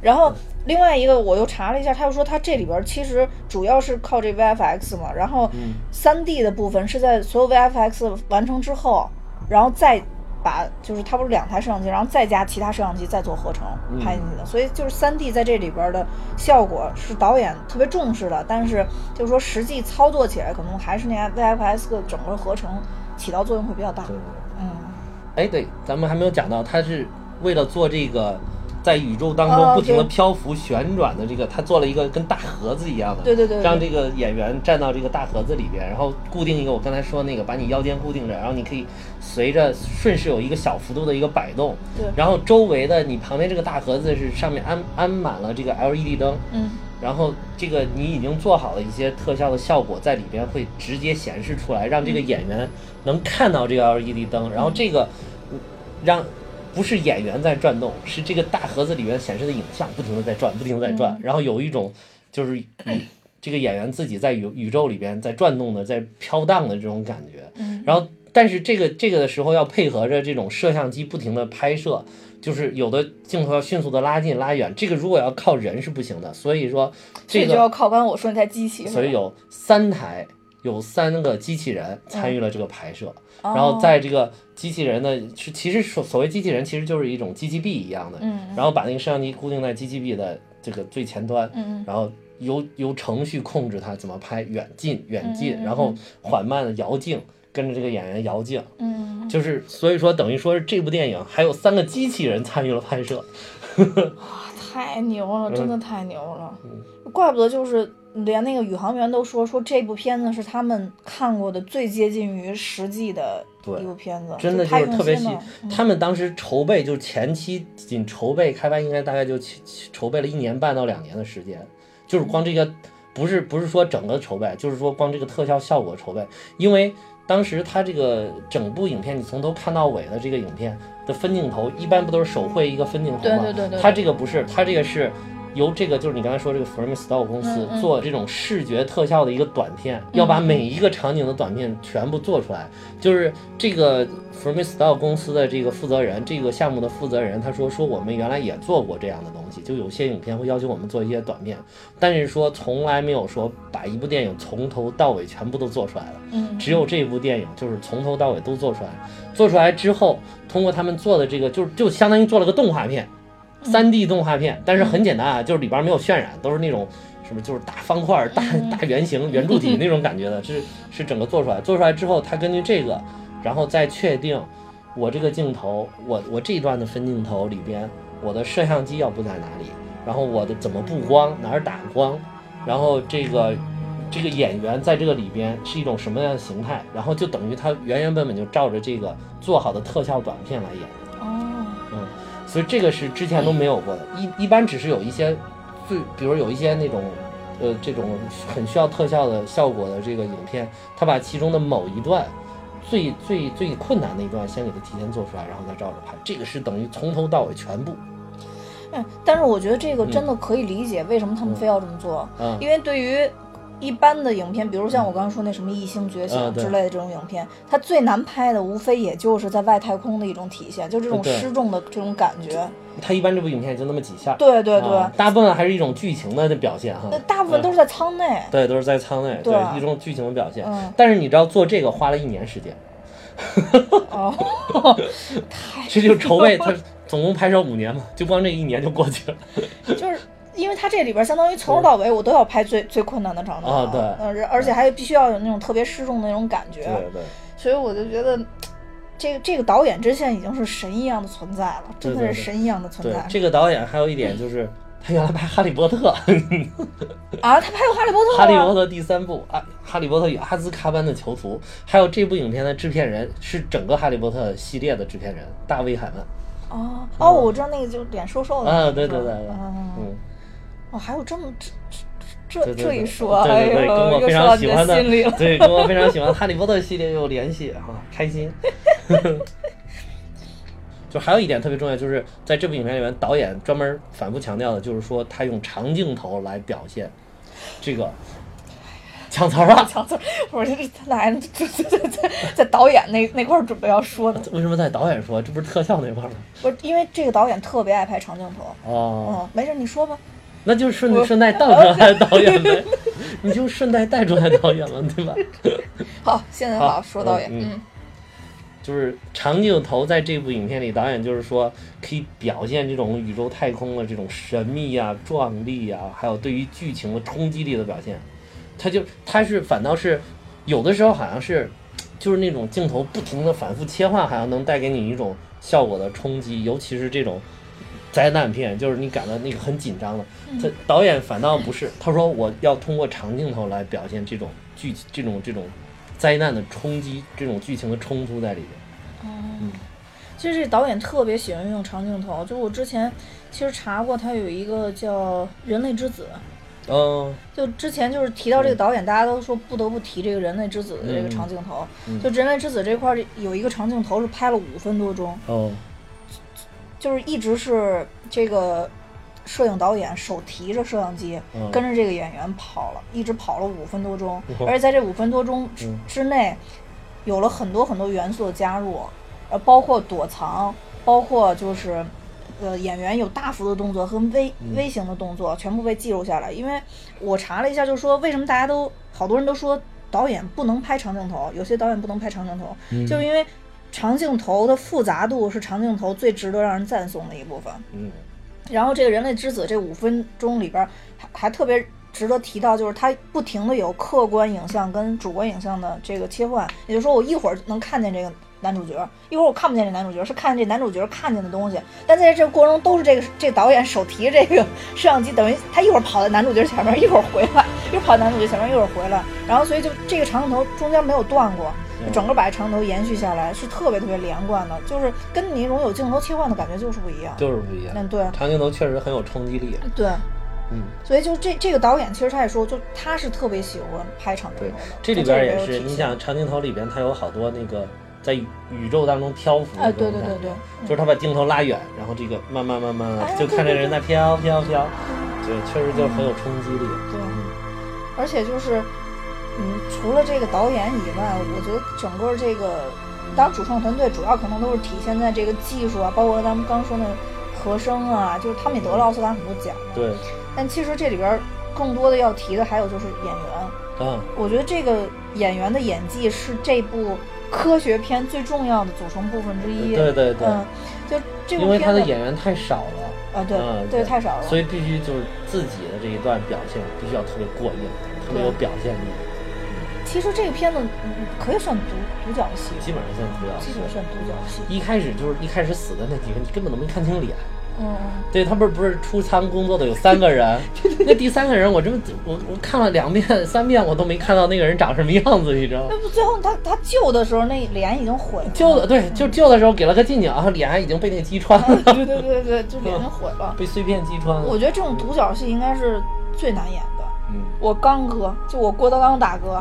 然后另外一个我又查了一下，他又说他这里边其实主要是靠这 VFX 嘛，然后
嗯
三 D 的部分是在所有 VFX 完成之后，然后再把就是它不是两台摄像机，然后再加其他摄像机再做合成
嗯
拍进去的，所以就是三 D 在这里边的效果是导演特别重视的，但是就是说实际操作起来可能还是那 VFX 的整个合成起到作用会比较大。
对
嗯，
哎，对，咱们还没有讲到，他是为了做这个在宇宙当中
哦
不停的
对
漂浮旋转的这个，他做了一个跟大盒子一样的，
对对对对
让这个演员站到这个大盒子里边，然后固定一个我刚才说那个，把你腰间固定着，然后你可以随着顺势有一个小幅度的一个摆动，
对
然后周围的你旁边这个大盒子是上面安安满了这个 LED 灯，
嗯，
然后这个你已经做好了一些特效的效果在里边会直接显示出来，让这个演员能看到这个 LED 灯，然后这个嗯让不是演员在转动，是这个大盒子里面显示的影像不停的在转，不停的在转，然后有一种就是宇这个演员自己在宇宇宙里边在转动的，在飘荡的这种感觉，
嗯
然后。但是这个这个的时候要配合着这种摄像机不停的拍摄，就是有的镜头要迅速的拉近拉远，这个如果要靠人是不行的，所以说
所
这
以就
个
要靠刚我说那台机器，是吧
所以有三台有三个机器人参与了这个拍摄，
哦
然后在这个机器人的是其实所所谓机器人其实就是一种机器臂一样的，
嗯
然后把那个摄像机固定在机器臂的这个最前端，
嗯嗯
然后由由程序控制它怎么拍远近远近，
嗯嗯嗯
然后缓慢的摇镜，跟着这个演员摇镜，
嗯，
就是所以说等于说是这部电影还有三个机器人参与了拍摄，
太牛了，
嗯
真的太牛了，怪不得就是连那个宇航员都说说这部片子是他们看过的最接近于实际的
对
一部片子，
真的就
太
是
用
特别
心
细
了。嗯
他们当时筹备就前期仅筹备开拍，应该大概就起起筹备了一年半到两年的时间，就是光这个不是不是说整个筹备，就是说光这个特效效果筹备，因为当时他这个整部影片你从头看到尾的这个影片的分镜头，一般不都是手绘一个分镜头
对
吗？
对对对
他
对
这个不是，他这个是。由这个就是你刚才说这个 f r a m e s t o r e 公司
嗯嗯
做这种视觉特效的一个短片，要把每一个场景的短片全部做出来，就是这个 f r o m i s t y l e 公司的这个负责人，这个项目的负责人，他说说我们原来也做过这样的东西，就有些影片会要求我们做一些短片，但是说从来没有说把一部电影从头到尾全部都做出来了，
嗯，
只有这部电影就是从头到尾都做出来，做出来之后，通过他们做的这个，就是就相当于做了个动画片，三 D 动画片，但是很简单啊，就是里边没有渲染，都是那种什么就是大方块儿、大大圆形、圆柱体那种感觉的，是是整个做出来。做出来之后，他根据这个，然后再确定我这个镜头，我我这一段的分镜头里边，我的摄像机要布在哪里，然后我的怎么布光，哪儿打光，然后这个。这个演员在这个里边是一种什么样的形态，然后就等于他原原本本就照着这个做好的特效短片来演。
哦，
嗯，所以这个是之前都没有过的，一一般只是有一些最，比如有一些那种，呃，这种很需要特效的效果的这个影片，他把其中的某一段最最最困难的一段先给它提前做出来，然后再照着拍，这个是等于从头到尾全部，
哎，但是我觉得这个真的可以理解为什么他们非要这么做，
嗯
因为对于。一般的影片，比如像我刚刚说那什么《异星觉醒
嗯》对
之类的这种影片，它最难拍的无非也就是在外太空的一种体现，就这种
对
失重的这种感觉。
他一般这部影片也就那么几下，
对对对
啊，大部分还是一种剧情的表现哈
那，大部分都是在舱内。
对，都是在舱内，
对
一种剧情的表现，
嗯
但是你知道做这个花了一年时间，
哦，
这就筹备，他总共拍摄五年嘛，就光这一年就过去了。
就是因为它这里边相当于从头到尾我都要拍最最困难的场景
啊对
嗯，而且还必须要有那种特别失重的那种感觉，
对对，
所以我就觉得。这个这个导演之前已经是神一样的存在了，真
对
的
对
是神一样的存
对
在，
这个导演还有一
嗯
点就是，他原来拍《哈利波特》， 《
啊！他拍过《哈利波特》
哈利波
啊，
特》第三部《啊，《哈利波特与阿兹卡班的囚徒》，还有这部影片的制片人是整个《哈利波特》系列的制片人大卫·海曼。
哦哦，我知道那个就是脸瘦瘦的
嗯啊，对对对对，
嗯，
嗯，
哦，还有这么这这这
对对
这
对
一说，
对对
哎
对，跟
呦，
我
又
非
说到
常
你
喜
的
欢的
心里了，，
对，跟我非常喜欢《哈利波特》系列有联系啊，开心。 就还有一点特别重要，就是在这部影片里面，导演专门反复强调的，就是说他用长镜头来表现这个抢词儿啊了。
强词儿，我说这他俩人这这这在在导演那那块儿准备要说的，
为什么在导演说这不是特效那块儿吗？
不是因为这个导演特别爱拍长镜头。
哦，
嗯，没事，你说吧。
那就顺顺带倒出来导演呗， 你就顺带带出来导演了，对吧？
好，现在
好
好说导演，
嗯
嗯
就是长镜头在这部影片里，导演就是说可以表现这种宇宙太空的这种神秘啊、壮丽啊，还有对于剧情的冲击力的表现。他就他是反倒是有的时候好像是就是那种镜头不停的反复切换，好像能带给你一种效果的冲击，尤其是这种灾难片，就是你感到那个很紧张了。他导演反倒不是，他说我要通过长镜头来表现这种剧这种这种灾难的冲击，这种剧情的冲突在里边。
嗯
嗯
其实这导演特别喜欢用长镜头，就我之前其实查过，他有一个叫《人类之子》，
嗯，
就之前就是提到这个导演，大家都说不得不提这个《人类之子》的这个长镜头。
嗯嗯
就《人类之子》这块儿有一个长镜头是拍了五分多钟，
哦，
就是一直是这个摄影导演手提着摄像机，
嗯
跟着这个演员跑了，一直跑了五分多钟，
哇
而且在这五分多钟之
嗯
之内，有了很多很多元素的加入，呃，包括躲藏，包括就是。呃，演员有大幅的动作和微
嗯
微型的动作，全部被记录下来。因为我查了一下，就说为什么大家都好多人都说导演不能拍长镜头，有些导演不能拍长镜头，
嗯
就是因为长镜头的复杂度是长镜头最值得让人赞颂的一部分。
嗯
然后这个《人类之子》这五分钟里边儿还还特别值得提到，就是它不停的有客观影像跟主观影像的这个切换，也就是说我一会儿能看见这个男主角，一会儿我看不见这男主角，是看见这男主角看见的东西，但在这个过程中都是这个这导演手提这个摄像机，等于他一会儿跑在男主角前面，一会儿回来，一会儿跑男主角前面，一会儿回来，然后所以就这个长镜头中间没有断过。
嗯
整个把这长镜头延续下来是特别特别连贯的，就是跟你那种有镜头切换的感觉就是不一样。
就是不一样。
嗯，对
长镜头确实很有冲击力。
对，
嗯，
所以就这这个导演，其实他也说，就他是特别喜欢拍长镜
对
头的，。
这里
在
边
没
也
有
是，
体
你
现
想长镜头里边它有好多那个在宇宇宙当中漂浮的
哎
这种
对对
感
对
觉
对
就是他把镜头拉远，然后这个慢慢慢慢
哎
就
对
看这
对
人在飘飘飘，对，确实就是很有冲击力。
对
嗯
而且就是，嗯，除了这个导演以外，我觉得整个这个，当然主创团队主要可能都是体现在这个技术啊，包括咱们刚说那和声啊，就是他们也得了奥斯卡很多奖。
对，
但其实这里边更多的要提的还有就是演员，
嗯，
我觉得这个演员的演技是这部科学片最重要的组成部分之一。
对对对，
嗯，就这部
因为他
片
的
子
演员太少了，
啊，
嗯
对对，太少了。
所以必须就是自己的这一段表现必须要特别过硬，特别有
对
表现力，
其实这个片子嗯可以算独独角戏，
基本上现在主要
基
是
本算独角戏。
一开始就是一开始死的那几个，你根本都没看清脸。
嗯，
对他们不是出仓工作的有三 个人，那第三个人我真我我看了两遍三遍我都没看到那个人长什么样子，你知道吗？
那不最后他他救的时候那脸已经毁了，
救的对，就救的时候给了个近景，然后脸已经被那击穿
嗯
了，
对对对对，就脸已经毁了。
被碎片击穿
我
了。
觉得这种独角戏应该是最难演的。
嗯，
我刚哥，就我郭德纲大 哥，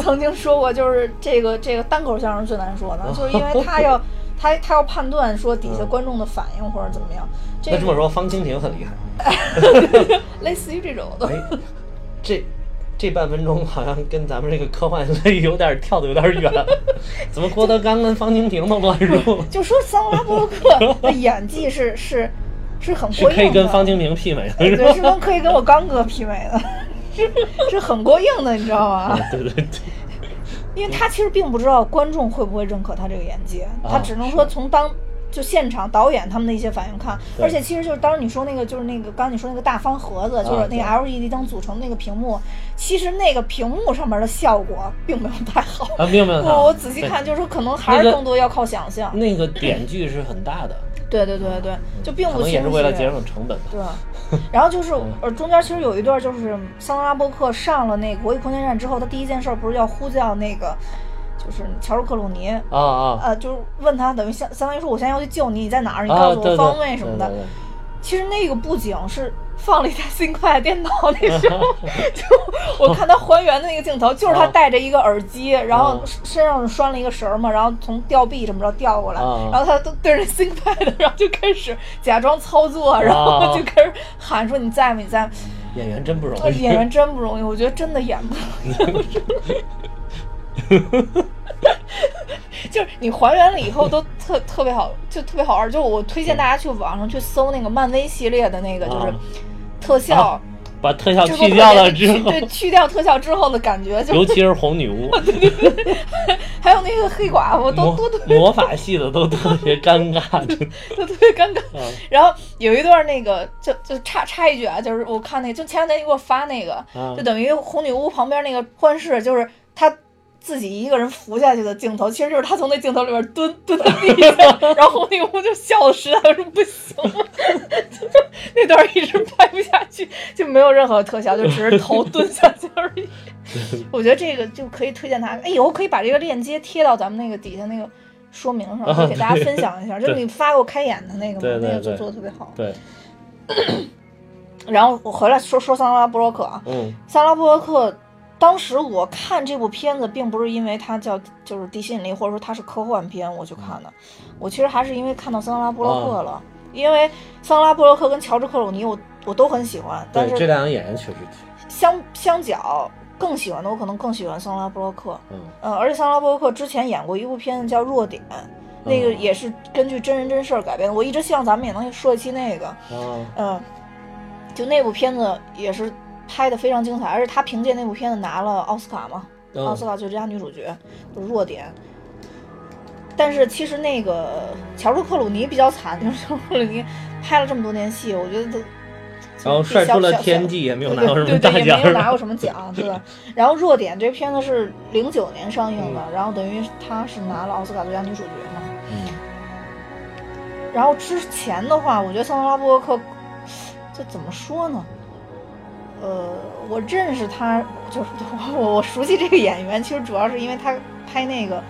曾经说过，就是这个这个单口相声最难说
嗯
的，就是因为他要他他要判断说底下观众的反应或者怎么样，这
嗯那这么
个
说，方清平很厉害。
类似于这种的。
哎，这这半分钟好像跟咱们这个科幻 类有点跳的有点远，怎么郭德纲跟方清平都乱入？
就说桑拉布洛克的演技是是是很
是
过硬的，
可以跟方清平媲美的，
哎对，
是吧？
是跟可以跟我刚哥媲美的， 是是很过硬的，你知道吗？
对对对，
因为他其实并不知道观众会不会认可他这个演
啊
技，他只能说从当。就现场导演他们的一些反应看，
对
而且其实就是当时你说那个就是那个刚才你说那个大方盒子，
啊
就是那个 LED 灯组成那个屏幕，其实那个屏幕上面的效果并没有太好。
啊，明白
我我仔细看，就是说可能还
那
是
个
更多要靠想象。
那个点距是很大的，
对对对对，就并
可
不
能
清晰。
也是为了节省成本吧。
对， 然后就是
嗯
呃，中间其实有一段就是桑德拉伯克上了那个国际空间站之后，他第一件事儿不是要呼叫那个就是乔治克鲁尼，
啊啊
呃，就是问他等于相相当于说我现在要去救你，你在哪儿？你
啊！
告诉
对
我
对
方位什么的。
对对对
其实那个布景是放了一台新快的电脑，那时候就我看他还原的那个镜头，就是他戴着一个耳机，然后身上拴了一个绳嘛，然后从吊臂这么着吊过来，
啊
然后他都对着 ThinkPad，然后就开始假装操作，然后就开始喊说你在吗？你在吗？
演员真不容
那
易。
呃演员真不容易，我觉得真的演不容易。就是你还原了以后都特特别好，就特别好玩。就我推荐大家去网上去搜那个漫威系列的那个，就是
啊
特效，
啊把特效
之后
去掉了
特别
之后，
对，去掉特效之后的感觉，就
尤其是红女 巫，
还有那个黑寡妇都
魔
都都
魔法系的都特别尴 尬，真的
都特别尴尬。
啊
然后有一段那个，就就插插一句啊，就是我看那个，就前两天你给我发那个，
啊
就等于红女巫旁边那个幻视，就是她自己一个人扶下去的镜头，其实就是他从那镜头里边蹲蹲到地下，然后那屋就笑的实在是不行了， 就那段一直拍不下去，就没有任何特效，就只是 头蹲下去而已。我觉得这个就可以推荐他，哎，以后可以把这个链接贴到咱们那个底下那个说明上，
啊
给大家分享一下。就
对
是你发给我开眼的那个嘛，
对对
那个就
对
做的特别好。
对，
然后我回来说说桑拉布洛克啊，
嗯
萨拉布洛克，当时我看这部片子，并不是因为它叫就是地心引力，或者说它是科幻片我去看的，我其实还是因为看到桑拉布洛克了，
哦
因为桑拉布洛克跟乔治克鲁尼我我都很喜欢，但
对，这
是
两个演员确实挺，
相相较更喜欢的，我可能更喜欢桑拉布洛克。
嗯
嗯，而且桑拉布洛克之前演过一部片子叫《弱点》，那
嗯
个也是根据真人真事儿改编的。我一直希望咱们也能说一期那个，
啊，
嗯，就那部片子也是拍的非常精彩，而且她凭借那部片子拿了奥斯卡嘛，奥斯
嗯
卡最佳女主角，就是弱点。但是其实那个乔治克鲁尼比较惨，就是乔治克鲁尼拍了这么多年戏，我觉得他。
然
小
后帅出了
小
天际，也没有
对
拿到什
对
么
对
大
对，也
奖
没有拿过什么奖，对 吧？然后《弱点》这片子是零九年上映的，然后等于她是拿了奥斯卡最佳女主角嘛。
嗯
然后之前的话，我觉得桑德拉布洛克，这怎么说呢？呃，我认识他，就是 我我我熟悉这个演员，其实主要是因为他拍那个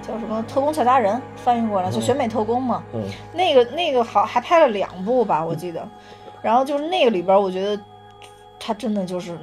叫什么《特工小达人》，翻译过来就
嗯
选美特工嘛。
嗯
那个那个好还拍了两部吧，我记得。然后就是那个里边，我觉得他真的就是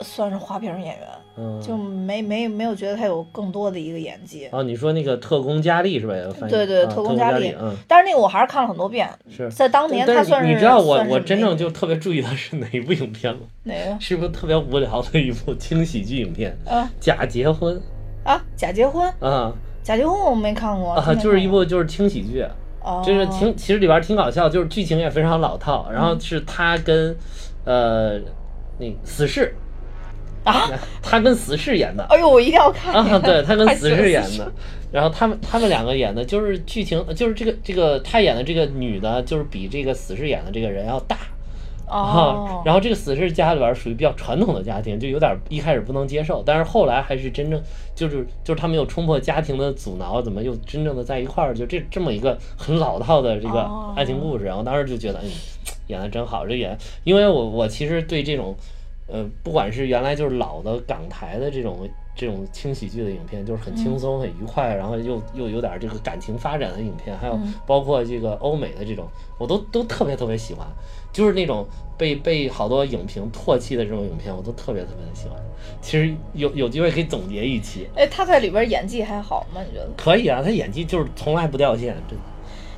算是花瓶演员，
嗯，
就没没没有觉得他有更多的一个演技。
哦，你说那个特工佳丽是吧？也翻译
对对
啊
特
特
工
工
佳
佳
丽
丽，嗯，
但是那个我还是看了很多遍，
是。
在当年他
但
算
是
是
你知道我
算是
我真
没
正就特别注意到是哪一部影片吗？
哪个？
是不是特别无聊的一部 轻喜剧影片
啊
《假结婚
啊，假结婚，》
啊
假结婚我没看过，
啊，
真没
就是一
看过，
部就是轻喜剧，啊
哦、
就是挺其实里边挺搞笑，就是剧情也非常老套。然
嗯
后是他跟呃那死侍，
啊，
他跟死侍演的
哎呦，我一定要看
啊，对他跟
太
死
喜欢
侍
死
演
侍
的，然后他们他们两个演的就是剧情，就是这个这个他演的这个女的，就是比这个死侍演的这个人要大啊
哦。。
然后这个死侍家里边属于比较传统的家庭，就有点一开始不能接受，但是后来还是真正就是就是他们又冲破家庭的阻挠，怎么又真正的在一块儿，就这这么一个很老套的这个
哦
爱情故事。然后当时就觉得，嗯，演的真好，这演，因为我我其实对这种。呃，不管是原来就是老的港台的这种这种轻喜剧的影片，就是很
嗯
轻松、很愉快，然后又又有点这个感情发展的影片，还有
嗯
包括这个欧美的这种，我都都特别特别喜欢，就是那种被被好多影评唾弃的这种影片，我都特别特别的喜欢。其实有有机会可以总结一期，
哎，他在里边演技还好吗？你觉得？
可以啊，他演技就是从来不掉线，真的。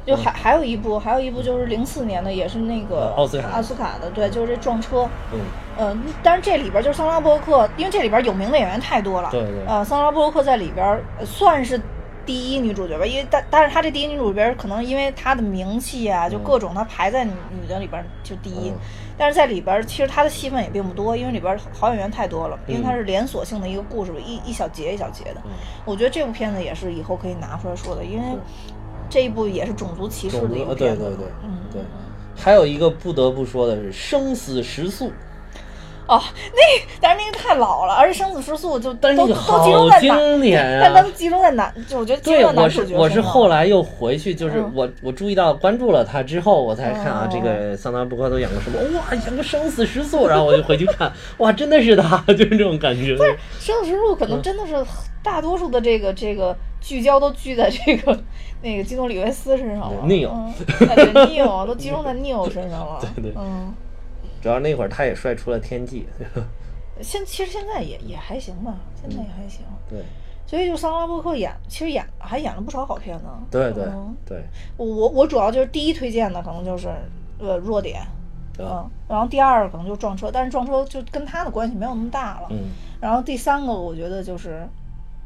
就还还有一部，还有一部就是零四年的，也是那个
呃嗯奥斯卡
奥斯卡的，对，就是这撞车。
嗯，
呃，但是这里边就是桑拉布洛克，因为这里边有名的演员太多了。
对对
呃，桑拉布洛克在里边呃算是第一女主角吧，因为但但是她这第一女主角可能因为她的名气啊，就
嗯
各种她排在女女的里边就第一，
嗯
但是在里边其实她的戏份也并不多，因为里边好演员太多了，因为
嗯
它是连锁性的一个故事，一一小节一小节的。
嗯
我觉得这部片子也是以后可以拿出来说的，因为
是
这一部也是种族歧视
种
的一
族
个
呃对
片子。
对对
嗯，
对。还有一个不得不说的是《生死时速》，
哦，那但是那个太老了，而且生死时速就
但
都
是那个
都集中
好
在男，
经典
但它
啊
都！集中在男，就我觉得集中
对，
在
我
男主角身
是
上。
我是后来又回去，就是
嗯
我、我注意到关注了他之后，我才看啊，
哦
这个桑达布克都演过什么？哇，演过《生死时速》，然后我就回去看，哇，真的是 他，就是这种感觉。
生死时速可
嗯
能真的是大多数的这个这个聚焦都聚在这个那个基努里维斯身上了。
对，Neo
嗯哎对 Neo 都集中 在 Neo 身上了。
对对
嗯，
主要那会儿他也帅出了天际，
现其实现在也也还行吧，现在
嗯
也还行。
对
所以就桑拉布克演，其实演还演了不少好片呢。
对对
嗯
对，
我我我主要就是第一推荐的可能就是呃弱点，
啊
嗯，然后第二个可能就是撞车，但是撞车就跟他的关系没有那么大了。
嗯
然后第三个我觉得就是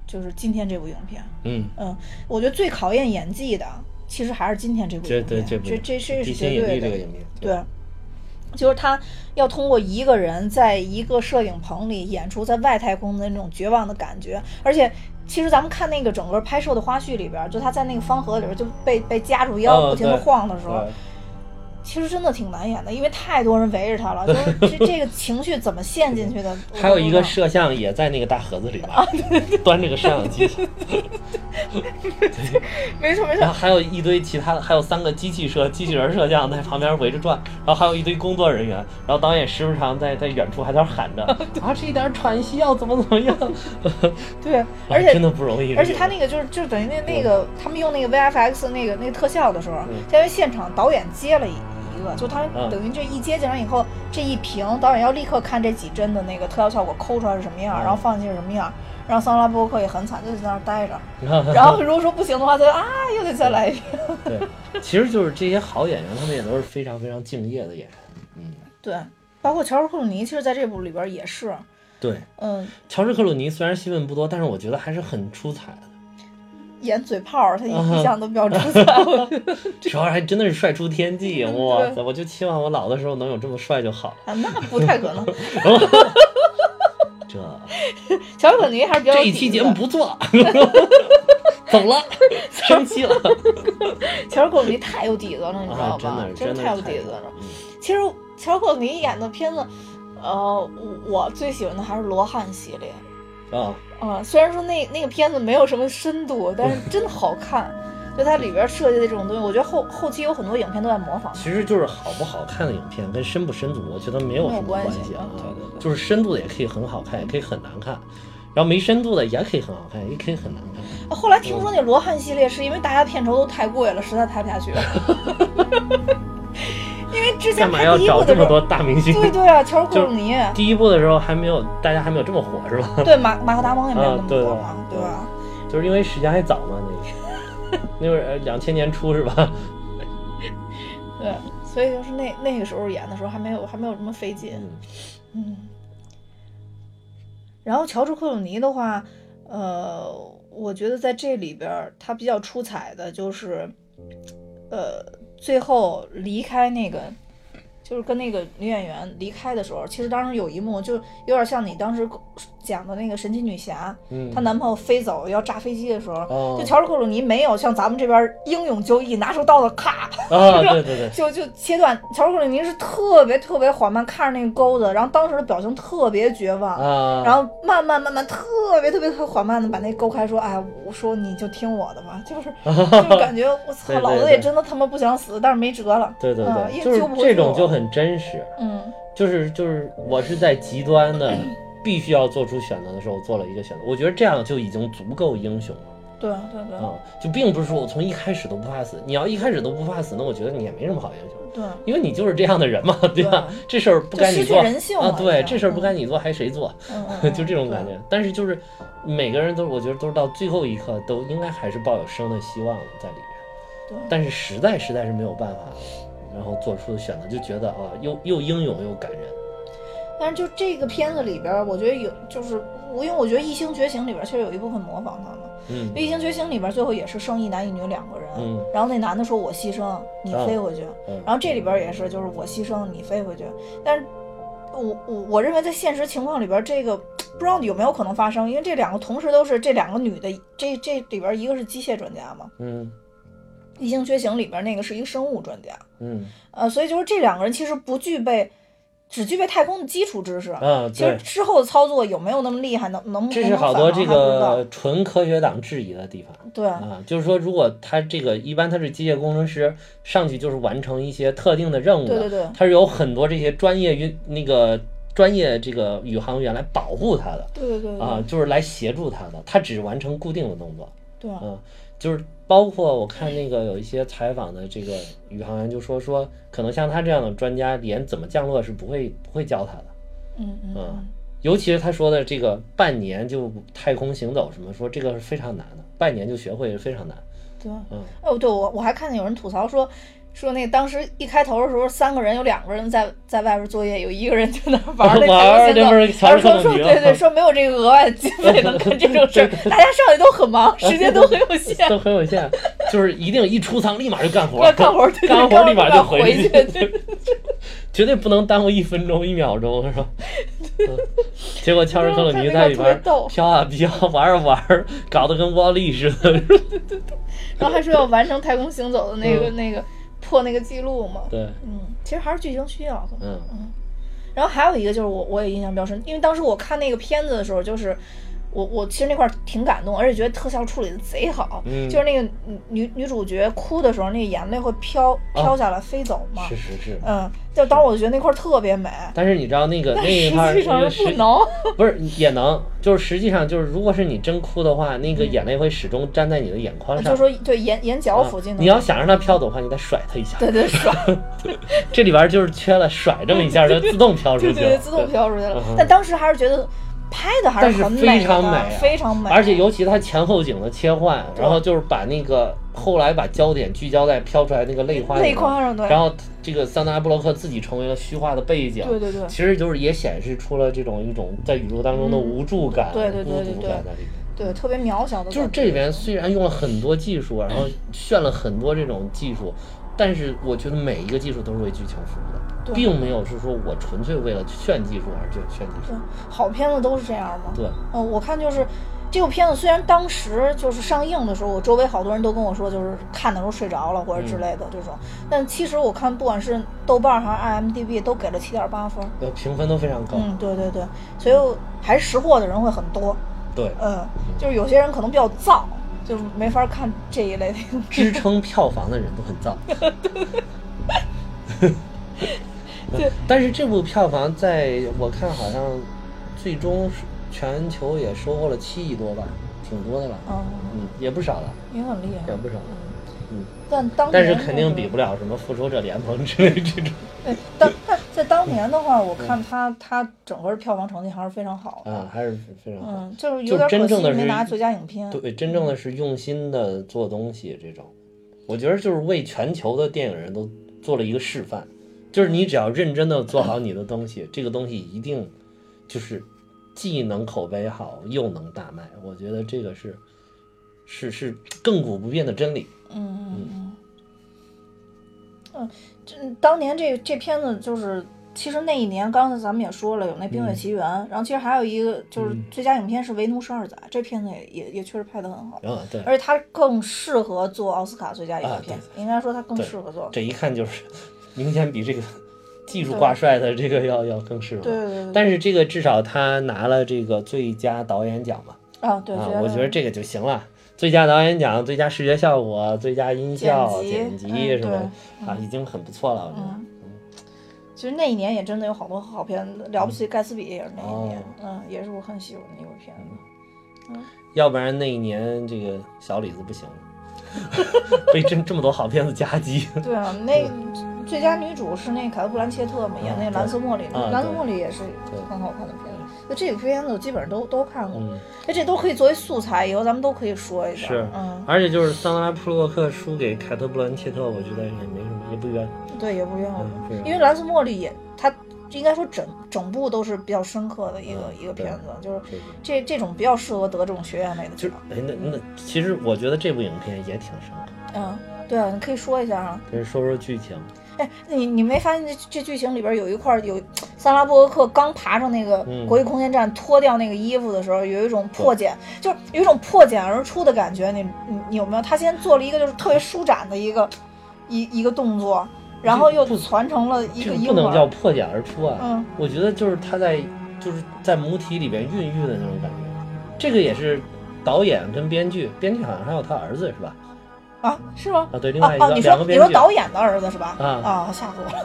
就是今天这部影片，
嗯，
嗯，我觉得最考验演技的其实还是今天这部
这
影
对
片，
这
这
部
这这是绝
地心引
对
力
的，
这个影片，
对。啊就是他要通过一个人在一个摄影棚里演出在外太空的那种绝望的感觉，而且其实咱们看那个整个拍摄的花絮里边，就他在那个方盒里边就被被夹住腰
哦
不停的
对
晃的时候，
对
其实真的挺难演的，因为太多人围着他了，就是这这个情绪怎么陷进去的？我都
还有一个
不知啊
摄像也在那个大盒子里吧，端着个摄像机，
道没错没
然
错，
后还有一堆其他的，还有三个机器摄机器人摄像在旁边围着转，然后还有一堆工作人员，然后导演时不常在在远处还在那儿 喊着啊这一点喘息要怎么怎么样，
对，而且
真的不容易，
而且他
这
那个就是就是等于那那个他们用那个 VFX 那个那个特效的时候
嗯，
相当于现场导演接了一一个，就他们
嗯
等于这一接进来以后，这一屏导演要立刻看这几帧的那个特效效果抠出来是什么样，
嗯
然后放进去是什么样，然后桑拉波克也很惨，就在那儿待 着，
个
然后如果说不行的话，他就啊又得再来一遍。
嗯对，其实就是这些好演员，他们也都是非常非常敬业的演员，嗯，
对，包括乔治·克鲁尼，其实在这部里边也是，
对，
嗯，
乔治克鲁尼虽然戏份不多，但是我觉得还是很出彩的。
演嘴炮 儿，他一一向都比较出彩， 啊我觉得。
主要还真的是帅出 天际，哇
对
塞！我就期望我老的时候能有这么帅就好。
啊，那不太可能。
这
乔治·克鲁尼还是比较有
这
底
一
子
期节目 不做，走了，生气了
乔治·克鲁尼太有底子了，你知
啊！
道
真
吧
的是？
真
的
太有
是
底子
多
了。
嗯
其实乔治·克鲁尼演的片子，呃，我我最喜欢的还是罗汉系列。
啊，
啊、虽然说那那个片子没有什么深度，但是真的好 看。就它里边设计的这种东西，我觉得后后期有很多影片都在模仿。
其实就是好不好看的影片跟深不深度，我觉得没有
没有
什么
关系
系啊
嗯对对。对
就是深度的也可以很好看，也可以很难看，然后没深度的也可以很好看，也可以很难看。
啊后来听说那罗汉系列是因为大家片酬都太贵了，实在拍不下 去了。因为之前
干嘛
拍
要
第一部
找
的
这
时
么
候，
多大明星？
对对啊，乔治·克
就
鲁尼，
第一部的时候还没有，大家还没有这么火是吧？
对马马克·达蒙也没有那么
啊对
多
啊
嘛，对吧？
就是因为时间还早嘛， 那个那会儿呃两千年初是吧？
对，所以就是那那个时候演的时候还没有还没有什么费劲。
嗯，
嗯，然后乔治·克鲁尼的话，呃，我觉得在这里边儿他比较出彩的就是，呃，最后离开那个，就是跟那个女演员离开的时候，其实当时有一幕就有点像你当时讲的那个神奇女侠，
嗯
她男朋友飞走要炸飞机的时候，
哦
就乔治·克鲁尼没有像咱们这边儿英勇就义，拿出刀子咔。
啊，对对对，
就就切断，乔治·克鲁尼是特别特别缓慢看着那个钩子，然后当时的表情特别绝望，
啊，
然后慢慢慢慢特别特别特别缓慢的把那钩开，说：“哎，我说你就听我的吧。” 就是就是感觉我操，
对对
老子
对
也真的他妈不想死，但是没辙了。
对对
嗯
对，
也
就
救
是
不回
这
去
种
我
就很真实，
嗯
就是就是我是在极端 的必须要做出选择的时候做了一个选择，我觉得这样就已经足够英雄了。
对对对、
啊，就并不是说我从一开始都不怕死。你要一开始都不怕死，那我觉得你也没什么好英雄，
对，
因为你就是这样的人嘛，对吧？
对
这事儿不该
就
你
失去
做
人性
啊，
了
对，
已经
这事儿
嗯
不该你做，还谁做？
嗯嗯嗯
就这种感觉。但是就是每个人都，我觉得都是到最后一刻都应该还是抱有生的希望在里面，
对对
但是实在实在是没有办法了，然后做出的选择就觉得啊，又又英勇又感人。
但是就这个片子里边儿，我觉得有就是我，因为我觉得《异星觉醒》里边儿其实有一部分模仿他们。《
嗯
异形觉醒》里边最后也是剩一男一女两个人，
嗯
然后那男的说我牺牲，你
嗯
飞回去，
嗯
然后这里边也是就是我牺牲，你飞回去，但是我我我认为在现实情况里边这个不知道有没有可能发生，因为这两个同时都是这两个女的，这这里边一个是机械专家嘛，
嗯
《异形觉醒》里边那个是一个生物专家，
嗯
呃，所以就是这两个人其实不具备。只具备太空的基础知识，
啊，
其实
对，
之后的操作有没有那么厉害，能能
这
能不
是
能
好
反
多
抗
这
还不知道
个纯科学党质疑的地方。
对，
啊，就是说，如果他这个一般他是机械工程师，上去就是完成一些特定的任务的，
对对对
他是有很多这些专业运那个专业这个宇航员来保护他的
对对对对
啊，就是来协助他的，他只完成固定的动作，
对啊
啊，就是包括我看那个有一些采访的这个宇航员就说说，可能像他这样的专家连怎么降落是不会不会教他的，
嗯嗯
啊
嗯，
尤其是他说的这个半年就太空行走什么，说这个是非常难的，半年就学会是非常难，
对。
嗯。
哦，对，我我还看见有人吐槽说，说那当时一开头的时候，三个人有两个人在在外边作业，有一个人就在那玩那
玩儿
太
这不
空
是
行走，而说
全是
说
坑
对对，
底了
说没有这个额外 经费能干这种事儿，大家上去都很忙，时间都很有
，
限
都很有限，就是一定一出舱立马就干 活
要，干活儿，对对，
干活儿立马就
回
去，
对对
绝对不能耽误一分钟一秒钟，是吧？嗯 结果乔治·克鲁尼
我
在
看那个
里
特别
边
逗
飘啊飘，玩儿啊玩儿，搞得跟沃利似的。
然后还说要完成太空行走的那个
嗯
那个。破那个记录嘛。
对，
嗯，其实还是剧情需要。可能
嗯
然后还有一个就是我我也印象比较深，因为当时我看那个片子的时候，就是我我其实那块儿挺感动，而且觉得特效处理的贼好，
嗯
就是那个女女女主角哭的时候，那个眼泪会飘飘下来飞走嘛。
哦是是是。
嗯，就当时我觉得那块儿特别美，
但是你知道 那个那一
实
块儿
际上
那个
是不
实
能。
不是也能，就是实际上就是，如果是你真哭的话，那个眼泪会始终粘在你的眼眶上。
嗯啊就说对眼眼角
啊
附近的，
你要想让它飘走的话，你得甩它一下。
对对爽，
这里边就是缺了甩这么一下，就自动 飘出去
对
了。
对对，自动飘出去了
嗯哼。
但当时还是觉得拍的还
但
是
是
很美
非常
的
美啊
非常美，
而且尤其它前后景的切换，
对
然后就是把那个后来把焦点聚焦在飘出来那个泪花里面
泪花上对
然后这个桑德拉布洛克自己成为了虚化的背景，
对对对嗯
其实就是也显示出了这种一种在宇宙当中的无助感、
对对对对
孤独
对
感在里面。
对特别渺小的感觉，嗯
就是这里面虽然用了很多技术，然后炫了很多这种技术，但是我觉得每一个技术都是为剧情服务的，
对
并没有是说我纯粹为了炫技术而去炫技术
对。好片子都是这样嘛。
对，
嗯、我看就是这个片子，虽然当时就是上映的时候，我周围好多人都跟我说，就是看的时候睡着了或者之
嗯
类的这种，但其实我看不管是豆瓣儿还是 IMDB 都给了七点八分。
呃，评分都非常高。
嗯，对对对，所以我还是识货的人会很多。
对，
嗯，就是有些人可能比较燥，就是没法看这一类的。
支撑票房的人都很燥。
对，
但是这部票房在我看好像最终是全球也收获了七亿多吧，挺多的了，
嗯，
嗯，也不少了，
也很厉害
也。不少了，嗯。
但当年
但是肯定比不
了。
了什么复仇者联盟之类这种
对，但 但在当年的话，
嗯
我看他他整个票房成绩还是非常好的。
啊，还是非常好。
嗯，就是有
就
点
真
可
正
惜
的
没拿
是
最佳影片。
对，真正的是用心的做东西这种，我觉得就是为全球的电影人都做了一个示范，就是你只要认真的做好你的东西，这个东西一定就是既能口碑好又能大卖，我觉得这个是是是亘古不变的真理。
嗯嗯嗯。嗯，这当年这这片子就是，其实那一年刚才咱们也说了有那《
嗯
冰雪奇缘》，然后其实还有一个就是最佳影片是《为奴十二载》，这片子也也也确实拍得很好。
啊，对，
而且它更适合做奥斯卡最佳
啊
影
对
片，应该说它更适合做。
这一看就是 明显比这个技术挂帅的这个要要更适合。
对对对
但是这个至少他拿了这个最佳导演奖嘛，
啊，对，
啊
觉，
我觉得这个就行了。最佳导演奖、最佳视觉效果、最佳音效、剪
剪
辑
辑嗯
什么啊，已经很不错了，我觉
嗯
得。
其实那一年也真的有好多好片子，了
嗯
不起盖茨比也是那一
哦
年，嗯，也是我很喜欢的一部片
嗯
子。
要不然那一年这个小李子不行了， 被这这么多好片子夹击。
对啊，那最佳女主是那凯特·布兰切特嘛，演那
对
个《蓝色茉莉》
啊
《蓝色
对
茉莉》也是
对
很好看的片子。那这几部片子我基本上都都看过
嗯，
哎，这都可以作为素材，以后咱们都可以说一下。
是
嗯，，
而且就是桑德拉·普洛克输给凯特·布兰切特，我觉得也没什么，也不冤。
对，也不冤枉
嗯不冤，
因为《蓝色茉莉》也，它应该说整整部都是比较深刻的一个
嗯
一个片子，就是
是是
这这种比较适合得这种学院类的
就
奖
是。哎，那那其实我觉得这部影片也挺深刻，
嗯，对啊，你可以说一下啊。
就是说说剧情。
哎，你你没发现这这剧情里边有一块儿有萨拉伯克刚爬上那个
嗯
国际空间站，脱掉那个衣服的时候，有一种破茧，就是有一种破茧而出的感觉。你你你有没有？他先做了一个就是特别舒展的一个一一个动作，然后又
这不
传成了一
这
个
个
婴
不能
儿
叫破茧而出啊，
嗯
我觉得就是他在就是在母体里边孕育的那种感觉，这个也是导演跟编剧，编剧好像还有他儿子是吧？
啊，是吗？
啊，对，另
啊
外一个、
啊！你
两
说
个
你
编
说
剧，
导演的儿子是吧？
啊
吓死我了！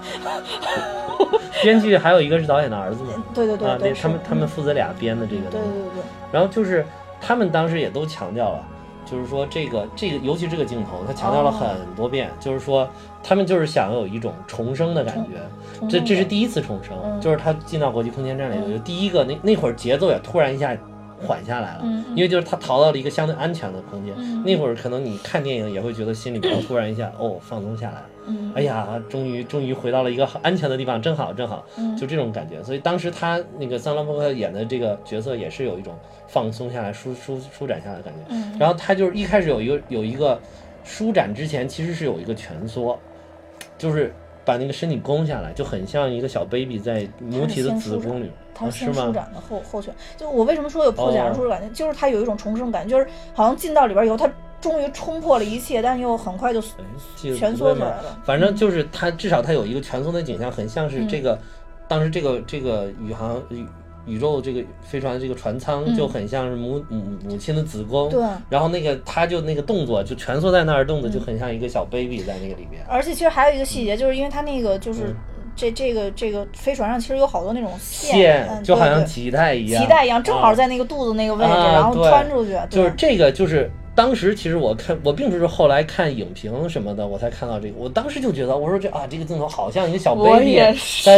编剧还有一个是导演的儿子嘛，
对对对
啊，
对，
那他们
是
他们父子俩编的这个
对
东
对
西，
对对，
然后就是他们当时也都强调了，就是说这个这个，尤其这个镜头，他强
哦
调了很多遍，就是说他们就是想有一种重生的感觉。
重
这
生
这是
的
第一次重生，
哦嗯
就是他进到国际空间站里头，就第一个那那会儿节奏也突然一下缓下来了，
嗯嗯
因为就是他逃到了一个相对安全的空间。
嗯
那会儿可能你看电影也会觉得心里边突然一下哦放松下来了，
嗯
哎呀，终于终于回到了一个安全的地方，正好正好，
嗯
就这种感觉。所以当时他那个桑拉伯克演的这个角色也是有一种放松下来、舒舒舒展下来的感觉。
嗯
然后他就是一开始有一个有一个舒展之前，其实是有一个蜷缩，就是把那个身体弓下来，就很像一个小 baby 在母体的子宫里，
它
啊、
是
是
先舒
吗？
展的后后旋，就我为什么说有破茧而
哦
出的感觉，就是它有一种重生感，就是好像进到里边以后，它终于冲破了一切，但又很快就
记得
蜷
不
缩
对
起
吗
来嗯了。
反正就是他，至少他有一个蜷缩的景象，很像是
嗯
这个、当时这个这个宇航宇宇宙这个飞船这个船舱就很像是母、母母亲的子
嗯
宫。
对嗯
然后那个他就那个动作就蜷缩在那儿动作就很像一个小 baby 在那个里面。
而且其实还有一个细节，就是因为它那个
嗯
就是这这个这个飞船上其实有好多那种嗯，
就好
对
像
对
脐带一样，
脐带一样，正
啊
好在那个肚子那个位置，
啊
然后
对
穿出去，对
就是这个，就是当时其实我看，我并不是后来看影评什么的，我才看到这个。我当时就觉得，我说这啊，这个镜头好像一个小
我
baby，
也
在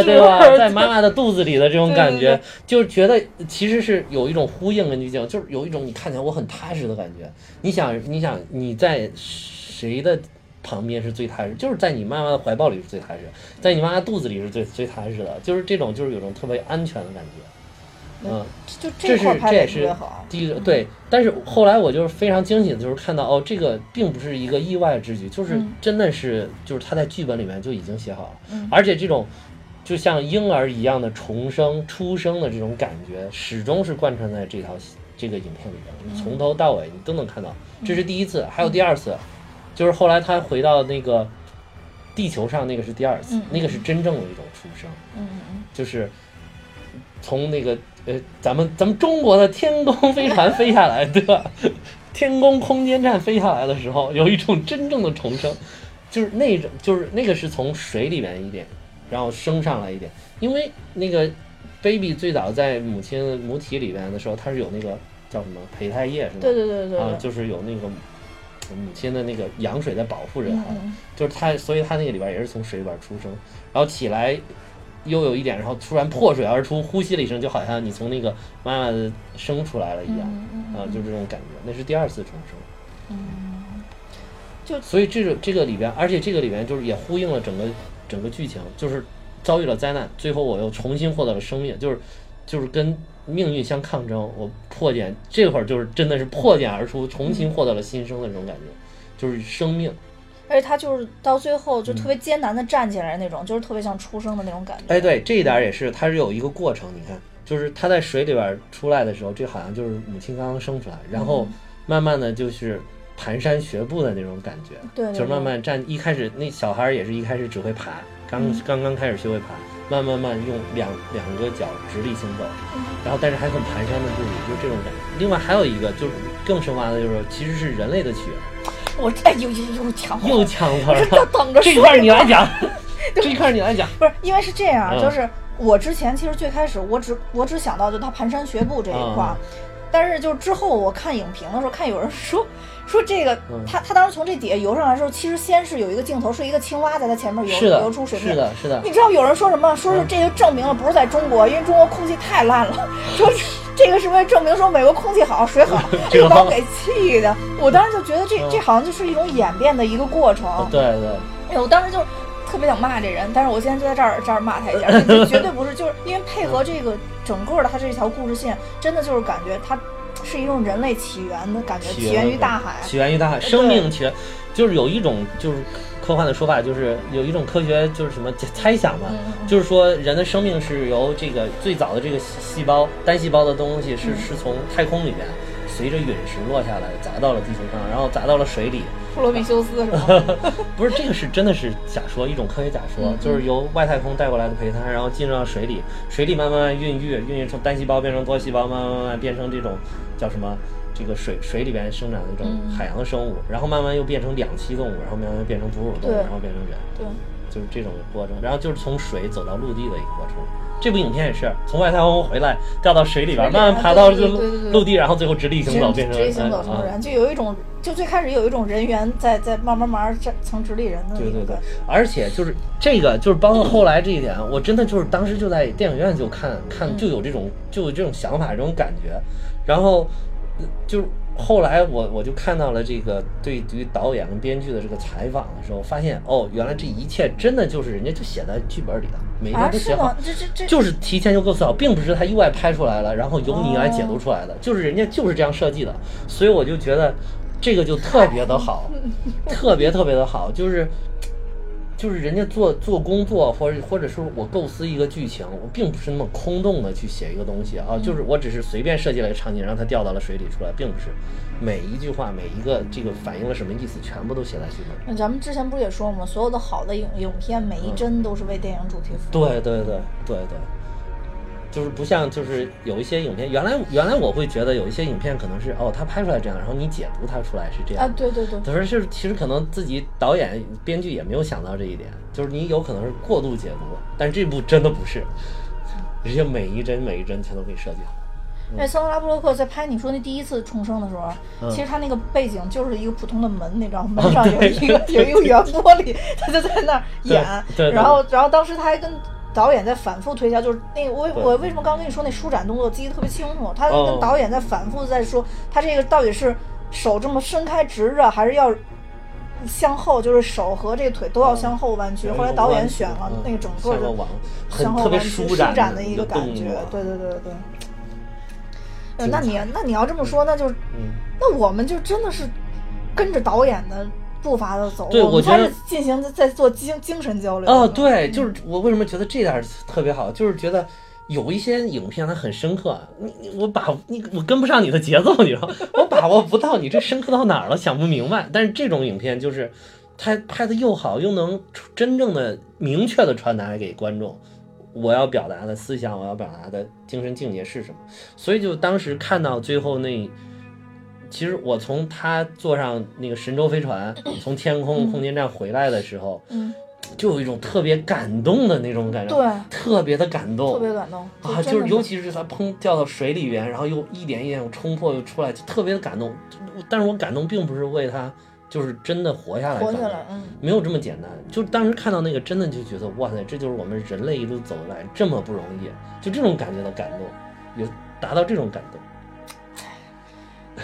是
对吧，在妈妈的肚子里的这种
对
感
对
觉
对，
就是觉得其实是有一种呼应跟滤镜，就是有一种你看起来我很踏实的感觉。你想，你想你在谁的？旁边是最踏实，就是在你妈妈的怀抱里是最踏实，在你妈妈肚子里是最最踏实的，就是这种就是有种特别安全的感觉，嗯，
就
这
块
是
拍
这
的
也
特
是啊
别好。啊嗯
第一个对，但是后来我就是非常惊喜的，就是看到哦，这个并不是一个意外之举，就是
嗯
真的是就是他在剧本里面就已经写好了，
嗯
而且这种就像婴儿一样的重生、出生的这种感觉，始终是贯穿在这套戏这个影片里面，
嗯
你从头到尾你都能看到，这是第一次，还有第二次，就是后来他回到那个地球上那个是第二次
嗯，
那个是真正的一种出生。
嗯嗯
就是从那个呃，咱们咱们中国的天宫飞船飞下来，对吧？天宫空间站飞下来的时候，有一种真正的重生，就是那种，就是那个是从水里面一点，然后升上来一点，因为那个 baby 最早在母亲的母体里面的时候，它是有那个叫什么胚胎液是
嗯，
吗？
对对对对
啊，
对，
就是有那个母亲的那个羊水在保护着它。
嗯嗯
就是啊他，所以他那个里边也是从水里边出生，然后起来又有一点，然后突然破水而出，呼吸了一声，就好像你从那个妈妈的生出来了一样，
嗯嗯
啊，就是这种感觉，那是第二次重生。
嗯，就
所以这个这个里边，而且这个里边就是也呼应了整个整个剧情，就是遭遇了灾难，最后我又重新获得了生命，就是就是跟命运相抗争，我破茧这会儿就是真的是破茧而出，重
嗯
新获得了新生的那种感觉，就是生命。
而且他就是到最后就特别艰难的站起来那种，就是特别像出生的那种感觉。
嗯哎，对，这一点儿也是，它是有一个过程。你看，就是它在水里边儿出来的时候，这好像就是母亲刚刚生出来，然后
嗯
慢慢的就是蹒跚学步的那种感觉，
对对
就是慢
对
慢站。一开始那小孩儿也是一开始只会爬，刚、
嗯
刚刚开始学会爬，慢慢慢用两两个脚直立行走，
嗯
然后但是还很蹒跚的步履，就这种感觉。另外还有一个就是更深挖的就是，其实是人类的起源，
我哎呦呦呦强迫
又抢词
我
儿
是就
了。
等着
这一
说
块儿你来 讲，这一块儿你来讲。
不是，因为是这样，啊
嗯
就是我之前其实最开始我只我只想到就他蹒跚学步这一块儿，
嗯
但是就是之后我看影评的时候，看有人说说这个
嗯
他他当时从这底下游上来的时候，其实先是有一个镜头是一个青蛙在他前面游
是的
游出，水
是
面。
的，是的。，
你知道有人说什么？说是这就证明了不是在中国，因为中国空气太烂了。 说这个是为了证明说美国空气 好、水好哎呦
这个
把我给气的。我当时就觉得这
嗯
这好像就是一种演变的一个过程。
对对，
哎，我当时就特别想骂这人，但是我现在就在这儿这儿骂他一 下，这这绝对不是，就是因为配合这个整个的他这条故事线，真的就是感觉它是一种人类起源的感觉，起源于大海。
起源于大海，生命起源，就是有一种就是科幻的说法，就是有一种科学就是什么猜想嘛
嗯，嗯
就是说人的生命是由这个最早的这个细细胞单细胞的东西
嗯
是是从太空里面随着陨石落下来，砸到了地球上，然后砸到了水里，
普罗米修斯是吧？
不是这个是真的是假说，一种科学假
嗯
说，就是由外太空带过来的胚胎，然后进入到水里，水里慢慢孕育，孕育成单细胞变成多细胞，慢慢慢慢变成这种叫什么？这个水水里边生长的这种
嗯
海洋生物，然后慢慢又变成两栖动物，然后慢慢又变成哺乳动物，
对
然后变成人，
对，
就是这种过程。然后就是从水走到陆地的一个过程。这部影片也是从外太空回来，掉到水里
水里
边，
边
慢慢爬到
对对
这陆
对对对
陆地，然后最后直立行走变
直
成
接行走
哎
成
啊
人，就有一种就最开始有一种人猿在在慢慢慢慢站成直立人的
对
那种
对对
感觉。，
而且就是这个，就是包括后来这一点，我真的就是当时就在电影院就看
嗯
看，就有这种就有这种想法，这种感觉。然后呃就是后来我我就看到了这个对于导演跟编剧的这个采访的时候，发现哦，原来这一切真的就是人家就写在剧本里的，每一个
啊，
都
是
写好
吗。？这这这
就是提前就构思好，并不是他意外拍出来了，然后由你来解读出来的，就是人家就是这样设计的，所以我就觉得这个就特别的好，特别特别的好，就是就是人家做做工作，或者或者说我构思一个剧情，我并不是那么空洞的去写一个东西啊，就是我只是随便设计了一个场景，让它掉到了水里出来，并不是每一句话每一个这个反映了什么意思，全部都写在剧本里。
那咱们之前不是也说吗？所有的好的影影片，每一帧都是为电影主题服务。
对对对对对，就是不像就是有一些影片，原来原来我会觉得有一些影片可能是哦，他拍出来这样，然后你解读它出来是这样
啊，对对对，
可是是其实可能自己导演、编剧也没有想到这一点，就是你有可能是过度解读，但这部真的不是，人家每一帧每一帧全都给设计好。嗯
那桑德拉布洛克在拍你说那第一次重生的时候，啊其实他那个背景就是一个普通的门，你知道 吗？门上有一个有一个圆玻璃，他就在那儿演
对对，对
然后然后当时他还跟。导演在反复推敲，就是那个我我为什么刚跟你说那舒展动作记得特别清楚？他
哦
跟导演在反复在说，他这个到底是手这么伸开直着，还是要向后，就是手和这个腿
哦
都要向后弯曲。后来导演选了那个整个
嗯像
的
个网，很
向后
特别
弯曲
舒
展
展
的
一
个感
动
觉
作。。
对对对对对。呃
精
那
彩
你那你要这么说，那就
嗯，
那我们就真的是跟着导演的步伐的走，
对
我
我
们
觉
才
得
是进行在做精精神交流。
哦，，对，就是我为什么觉得这点儿特别好，就是觉得。有一些影片它很深刻，你你我把你我跟不上你的节奏，你知道吗，我把握不到你这深刻到哪儿了，想不明白。但是这种影片就是，它拍的又好，又能出真正的明确的传达给观众我要表达的思想，我要表达的精神境界是什么。所以就当时看到最后那，其实我从他坐上那个神舟飞船从天空空间站回来的时候，
嗯，
就有一种特别感动的那种感觉，
对，啊
特别的感动，
特别感动
啊，
真
就
的
是尤其是他砰掉到水里边，然后又一点一点又冲破又出来，就特别的感动。我但是我感动并不是为他就是真的活下来，
活下来，，嗯，
没有这么简单。就当时看到那个，真的就觉得哇塞，这就是我们人类一路走来这么不容易，就这种感觉的感动，有达到这种感动。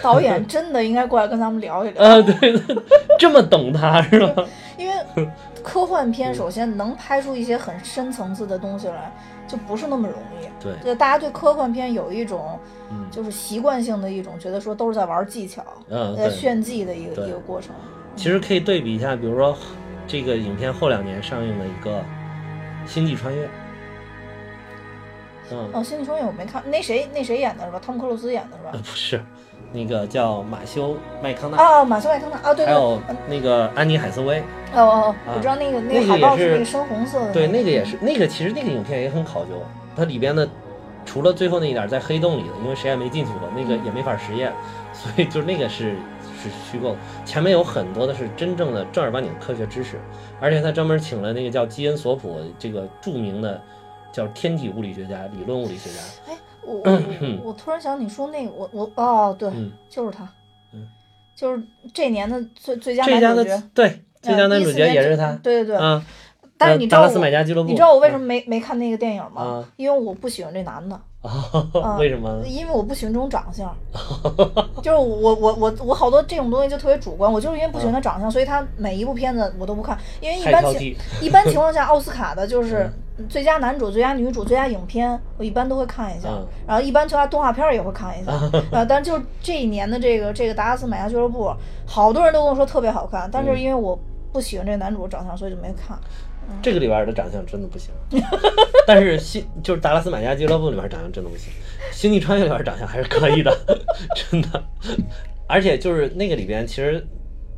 导演真的应该过来跟咱们聊一聊，
啊，对对，这么懂他是吧？
因为科幻片首先能拍出一些很深层次的东西来，就不是那么容易。
对，
就大家对科幻片有一种
嗯
就是习惯性的一种觉得说都是在玩技巧，
嗯，
在
对。
炫技的一个
对
一个过程。
其实可以对比一下，比如说这个影片后两年上映了一个《星际穿越》，嗯，
哦，《星际穿越》我没看，那谁那谁演的是吧？汤姆克鲁斯演的是吧
呃？不是，那个叫马修麦康纳，
啊，马修麦康纳啊，对
嗯
对，
还
哦
有那个安妮海瑟薇，
哦哦，我
啊
知道那个
那
那
个
海
也
报是那
是
个嗯深红色的，
对，那个也是，那个其实那个影片也很考究，它里边的除了最后那一点儿在黑洞里的，因为谁也没进去过，那个也没法实验， 所以就那个是是虚构的。前面有很多的是真正的正儿八经的科学知识，而且他专门请了那个叫基恩索普这个著名的叫天体物理学家、理论物理学家，
哎， 我我我突然想你说那个，我我哦，对
嗯，
就是他
嗯，
就是这年的最最佳
这家
男主
的
角，
对最佳
嗯
男主
14
角
年
也
这
是他，
对对对。
啊，
但是
呃
你知
达
道
拉斯
我
买家俱乐部，
你知道我为 什么嗯没没看那个电影吗
啊？
因为我不喜欢这男的，
么？
啊
为什么？
因为我不喜欢这种长相。 就是我我我我好多这种东西就特别主观，我就是因为不喜欢他长相，所以他每一部片子我都不看，因为一
嗯太
般
挑
情
剔 嗯
一般情况下奥斯卡的就是最佳男主、最佳女主、最佳影片，我一般都会看一下。
嗯
然后一般就他动画片儿也会看一下， 呃，但就是这一年的这个这个达拉斯买家俱乐部，好多人都跟我说特别好看，但
嗯
是因为我不喜欢这个男主长相，所以就没看。
这个里边的长相真的不行， 但是新就是《达拉斯买家俱乐部》里边长相真的不行，《星际穿越》里边长相还是可以的， 真的。而且就是那个里边，其实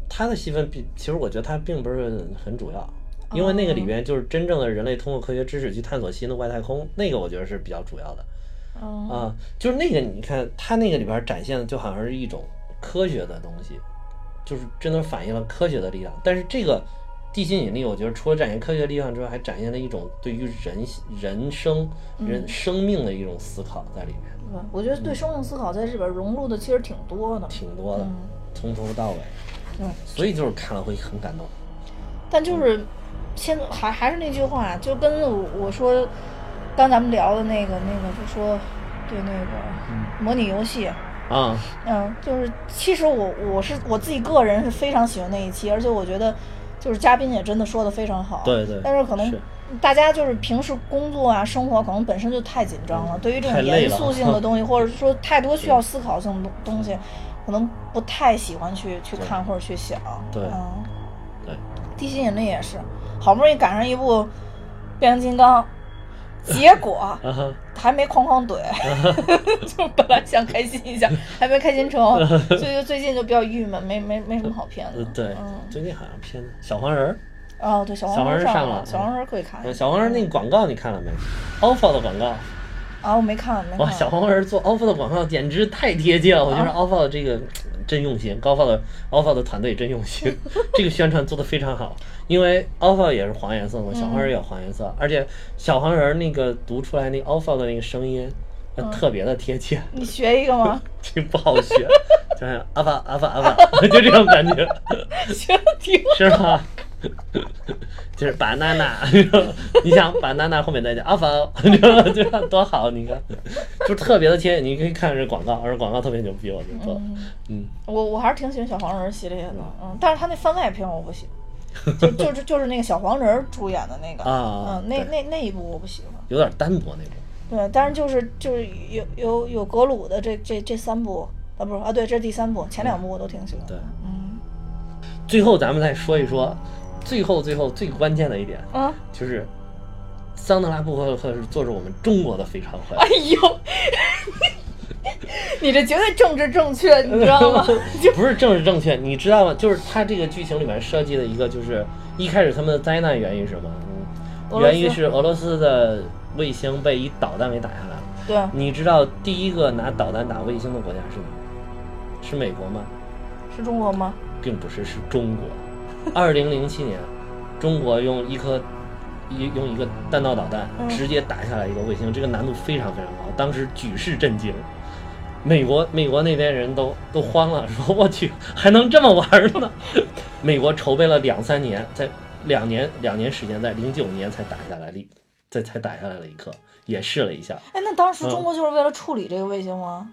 他的戏份并，其实我觉得他并不是很主要，因为那个里边就是真正的人类通过科学知识去探索新的外太空，那个我觉得是比较主要的。
嗯
啊，就是那个，你看他那个里边展现的就好像是一种科学的东西，就是真的反映了科学的力量。但是这个地心引力，我觉得除了展现科学力量之外，还展现了一种对于人人生、人生命的一种思考在里面，
是吧嗯我觉得对生命思考在这里边融入的其实挺多的，
挺多的
嗯，
从头到尾。
对。
所以就是看了会很感动。
但
嗯
就是现在还还是那句话，就跟我我说，刚咱们聊的那个那个，就说对那
嗯
个模拟游戏，
啊，
嗯，就是其实我我是我自己个人是非常喜欢那一期，而且我觉得就是嘉宾也真的说的非常好，
对对
但是可能
是
大家就是平时工作啊、生活可能本身就太紧张了，对于这
嗯太
种
累
严
了
肃 性的东西，或者说太多需要思考性的东西，可能不太喜欢去去看或者去想。
对
嗯，
对，
地心引力也是，好不容易赶上一部变形金刚，结 果
啊哈，
还没哐哐怼， 就本来想开心一 下，还没开心成，所以就最近就比较郁闷，没没没什么好片
呃
子。
对
嗯，
最近好像片子小黄人儿，
哦，对，小
小黄
黄
人
人
上了
小黄人可以看
呃小黄人那个广告你看了没？OFO 的广告，
啊，我没看，没
哇，
看。
小黄人做 OFO 的广告简直太贴切了，我觉得 OFO 的这个真用心，OFO 的 OFO 的团队真用心，这个宣传做得非常好，因为 OFO 也是黄颜色嘛，小黄人也有黄颜色，而且小黄人那个读出来那 OFO 的那个声音，呃特别的贴切。
你学一个吗？
这不好学，就像阿爸阿爸阿爸， 就这种感觉，
学的挺好。
是吧？ 就是 banana，你想 banana 后面再加 alpha，这样多好，你看，就特别的贴。你可以看这广告，而广告特别牛逼，我觉得，嗯，
我我还是挺喜欢小黄人系列的，嗯，但是他那番外篇我不喜欢，就就是就是那个小黄人主演的那个，
啊
嗯，那
对
那那一部我不喜欢。
有点单薄那种。
对，但是就是就是有有有格鲁的这这这三部啊，不是啊，对，这是第三部，前两部我都挺喜欢的。
对
嗯
最后咱们再说一说，最后最后最关键的一点
嗯，
就是，桑德拉布赫赫是做着我们中国的非常坏。
哎呦， 你这绝对政治正确，你知道吗？
不是政治正确，你知道吗？就是他这个剧情里面设计的一个，就是一开始他们的灾难原因是什么？
俄
嗯，
罗斯
原因是俄罗斯的卫星被一导弹给打下来了。
对，
你知道第一个拿导弹打卫星的国家是哪儿？是美国吗？
是中国吗？
并不是，是中国。二零零七年，中国用一颗一用一个弹道导弹
嗯
直接打下来一个卫星，这个难度非常非常高，当时举世震惊。美国美国那边人都都慌了，说我去还能这么玩儿呢？ 美国筹备了两三年，在两年两年时间，在零九年才打下来了一，才才打下来了一颗，也试了一下，
哎，那当时
嗯
中国就是为了处理这个卫星吗？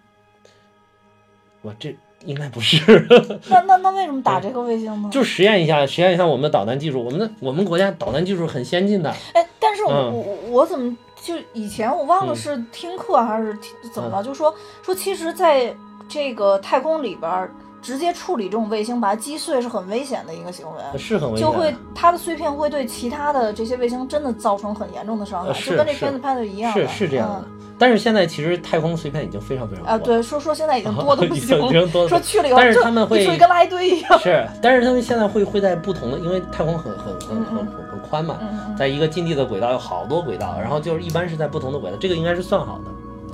我这应该不是。
那那那为什么打这个卫星呢？
嗯就实验一下，实验一下我们的导弹技术。我们的我们国家导弹技术很先进的，
哎，但是我、
嗯
我我我怎么就以前我忘了
嗯
是听课还是听怎么了，就说说其实在这个太空里边儿直接处理这种卫星把它击碎是很危险的一个行为。
是很危险
就
的。
会它的碎片会对其他的这些卫星真的造成很严重的伤害，
呃是
就跟这
是
片子拍的一样
是
的
是这样的
嗯、。
但是现在其实太空碎片已经非常非常多
啊，
了。
对，说说现在已经多的不
已
行
哦经已经多
了，
得
说去了以后
但是
就
他们会
就跟垃圾堆一样。
是，但是他们现在会会在不同的，因为太空很很很
嗯
很很很宽嘛，
嗯嗯
在一个近地的轨道有好多轨道，然后就是一般是在不同的轨道，这个应该是算好的。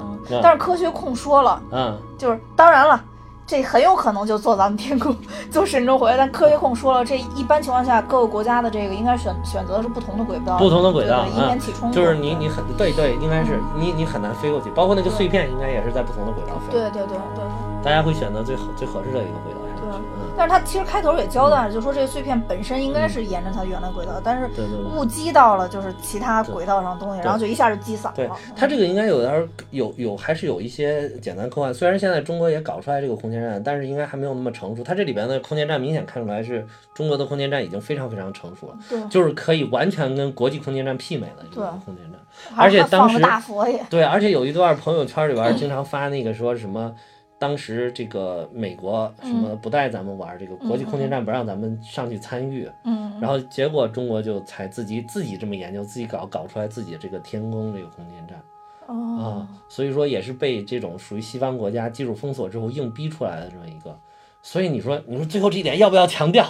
嗯
嗯
但是科学控说了，
嗯，
就是当然了，这很有可能就做咱们天宫，做神舟回来。但科学控说了，这一般情况下各个国家的这个应该选选择的是不同的轨道，
不同的轨道
哦对对以嗯免
嗯
起冲突。
就是你你很对对，应该是你你很难飞过去，包括那个碎片应该也是在不同的轨道飞，
对对对对。
大家会选择最合最合适的一个轨道上
对
去。嗯。
但是它其实开头也交代了，就说这个碎片本身应该是沿着它原来轨道，但是
嗯对对对
误击到了就是其他轨道上的哦东西，然后就一下就击散
对
了。
它这个应该有点儿有有还是有一些简单科幻，虽然现在中国也搞出来这个空间站，但是应该还没有那么成熟。它这里边的空间站明显看出来是中国的空间站已经非常非常成熟了，
对，
就是可以完全跟国际空间站媲美了。这个
对
空间站，
还
而且
还
当
放个
时
大佛爷，
对，而且有一段朋友圈里边儿经常发那个说什么。当时这个美国什
嗯
么不带咱们玩儿，这个国际空间站不让咱们上去参与，
嗯，
然后结果中国就才自己自己这么研究，自己搞搞出来自己这个天宫这个空间站。
哦
啊，，所以说也是被这种属于西方国家技术封锁之后硬逼出来的这么一个。所以你说，你说最后这一点要不要强调？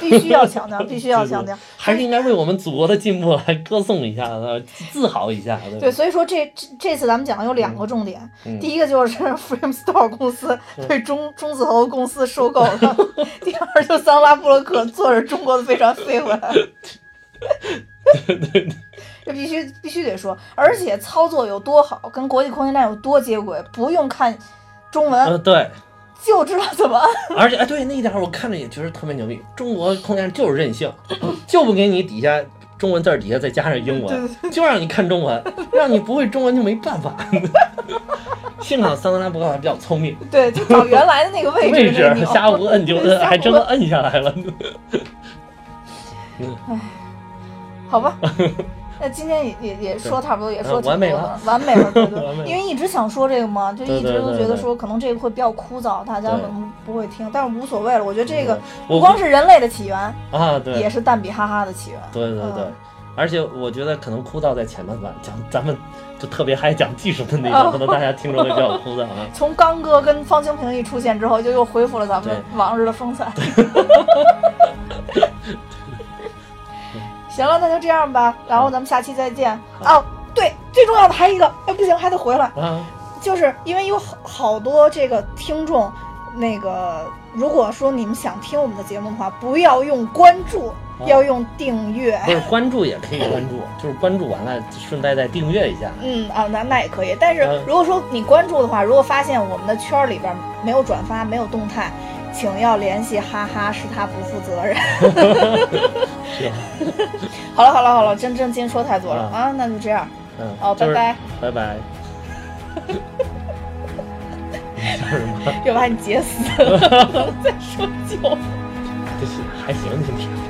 必须要强调，必须要强调。
还是应该为我们祖国的进步来歌颂一下，呃自豪一下，对
对，
吧？
所以说这这这次咱们讲的有
嗯
两个重点，第一个就是 Framestore 公司
嗯
对中中字头公司收购了， 第二就桑拉布洛克坐着中国的飞船飞回来。 这必须必须得说，而且操作有多好，跟国际空间站有多接轨，不用看中文、
呃，对，
就知道怎么按。
而且哎，对那一点我看着也觉得特别牛逼，中国空间就是任性， 就不给你底下中文字儿底下再加上英文，就让你看中文，让你不会中文就没办法。 幸好桑德拉伯格还比较聪明，
对，就找原哎来的那个位置
位置啊
那个钮
瞎胡摁就摁，还真的摁下来了。
好吧，那今天也也也说差不多，也说
嗯
挺多
完美
的
了，
完美了，对对
完美了
因为一直想说这个嘛，就一直
对对
都
对
觉得
对
说可能这个会比较枯燥，大家可
对
能不会听，但是无所谓了。我觉得这个
对
不
我
光是人类的起源，
啊，对，
也是蛋比哈哈的起源。
对对对
嗯，
而且我觉得可能枯燥在前半段讲，咱们就特别还讲技术的那
哦。
种，可能大家听着会比较枯燥啊
从刚哥跟方清平一出现之后，就又恢复了咱们往日的风 采。 行了，那就这样吧，然后咱们下期再见。
好
哦，对，最重要的还有一个，哎，不行，还得回来。
啊，
就是因为有好好多这个听众，那个如果说你们想听我们的节目的话，不要用关注，
哦
要用订阅。
不是关注也可以关注，
哎
就是关注完了顺带再订阅一下。
嗯啊，那那也可以。但是
嗯
如果说你关注的话，如果发现我们的圈儿里边没有转发、没有动态，请要联系哈哈，是他不负责任。
是吧，
好了好了好了，真真今天说太多了
嗯
啊，那就这样。
嗯，
哦
就是
拜
拜拜。 你笑什么？
要把你截死，再说酒。
这是还行，今天。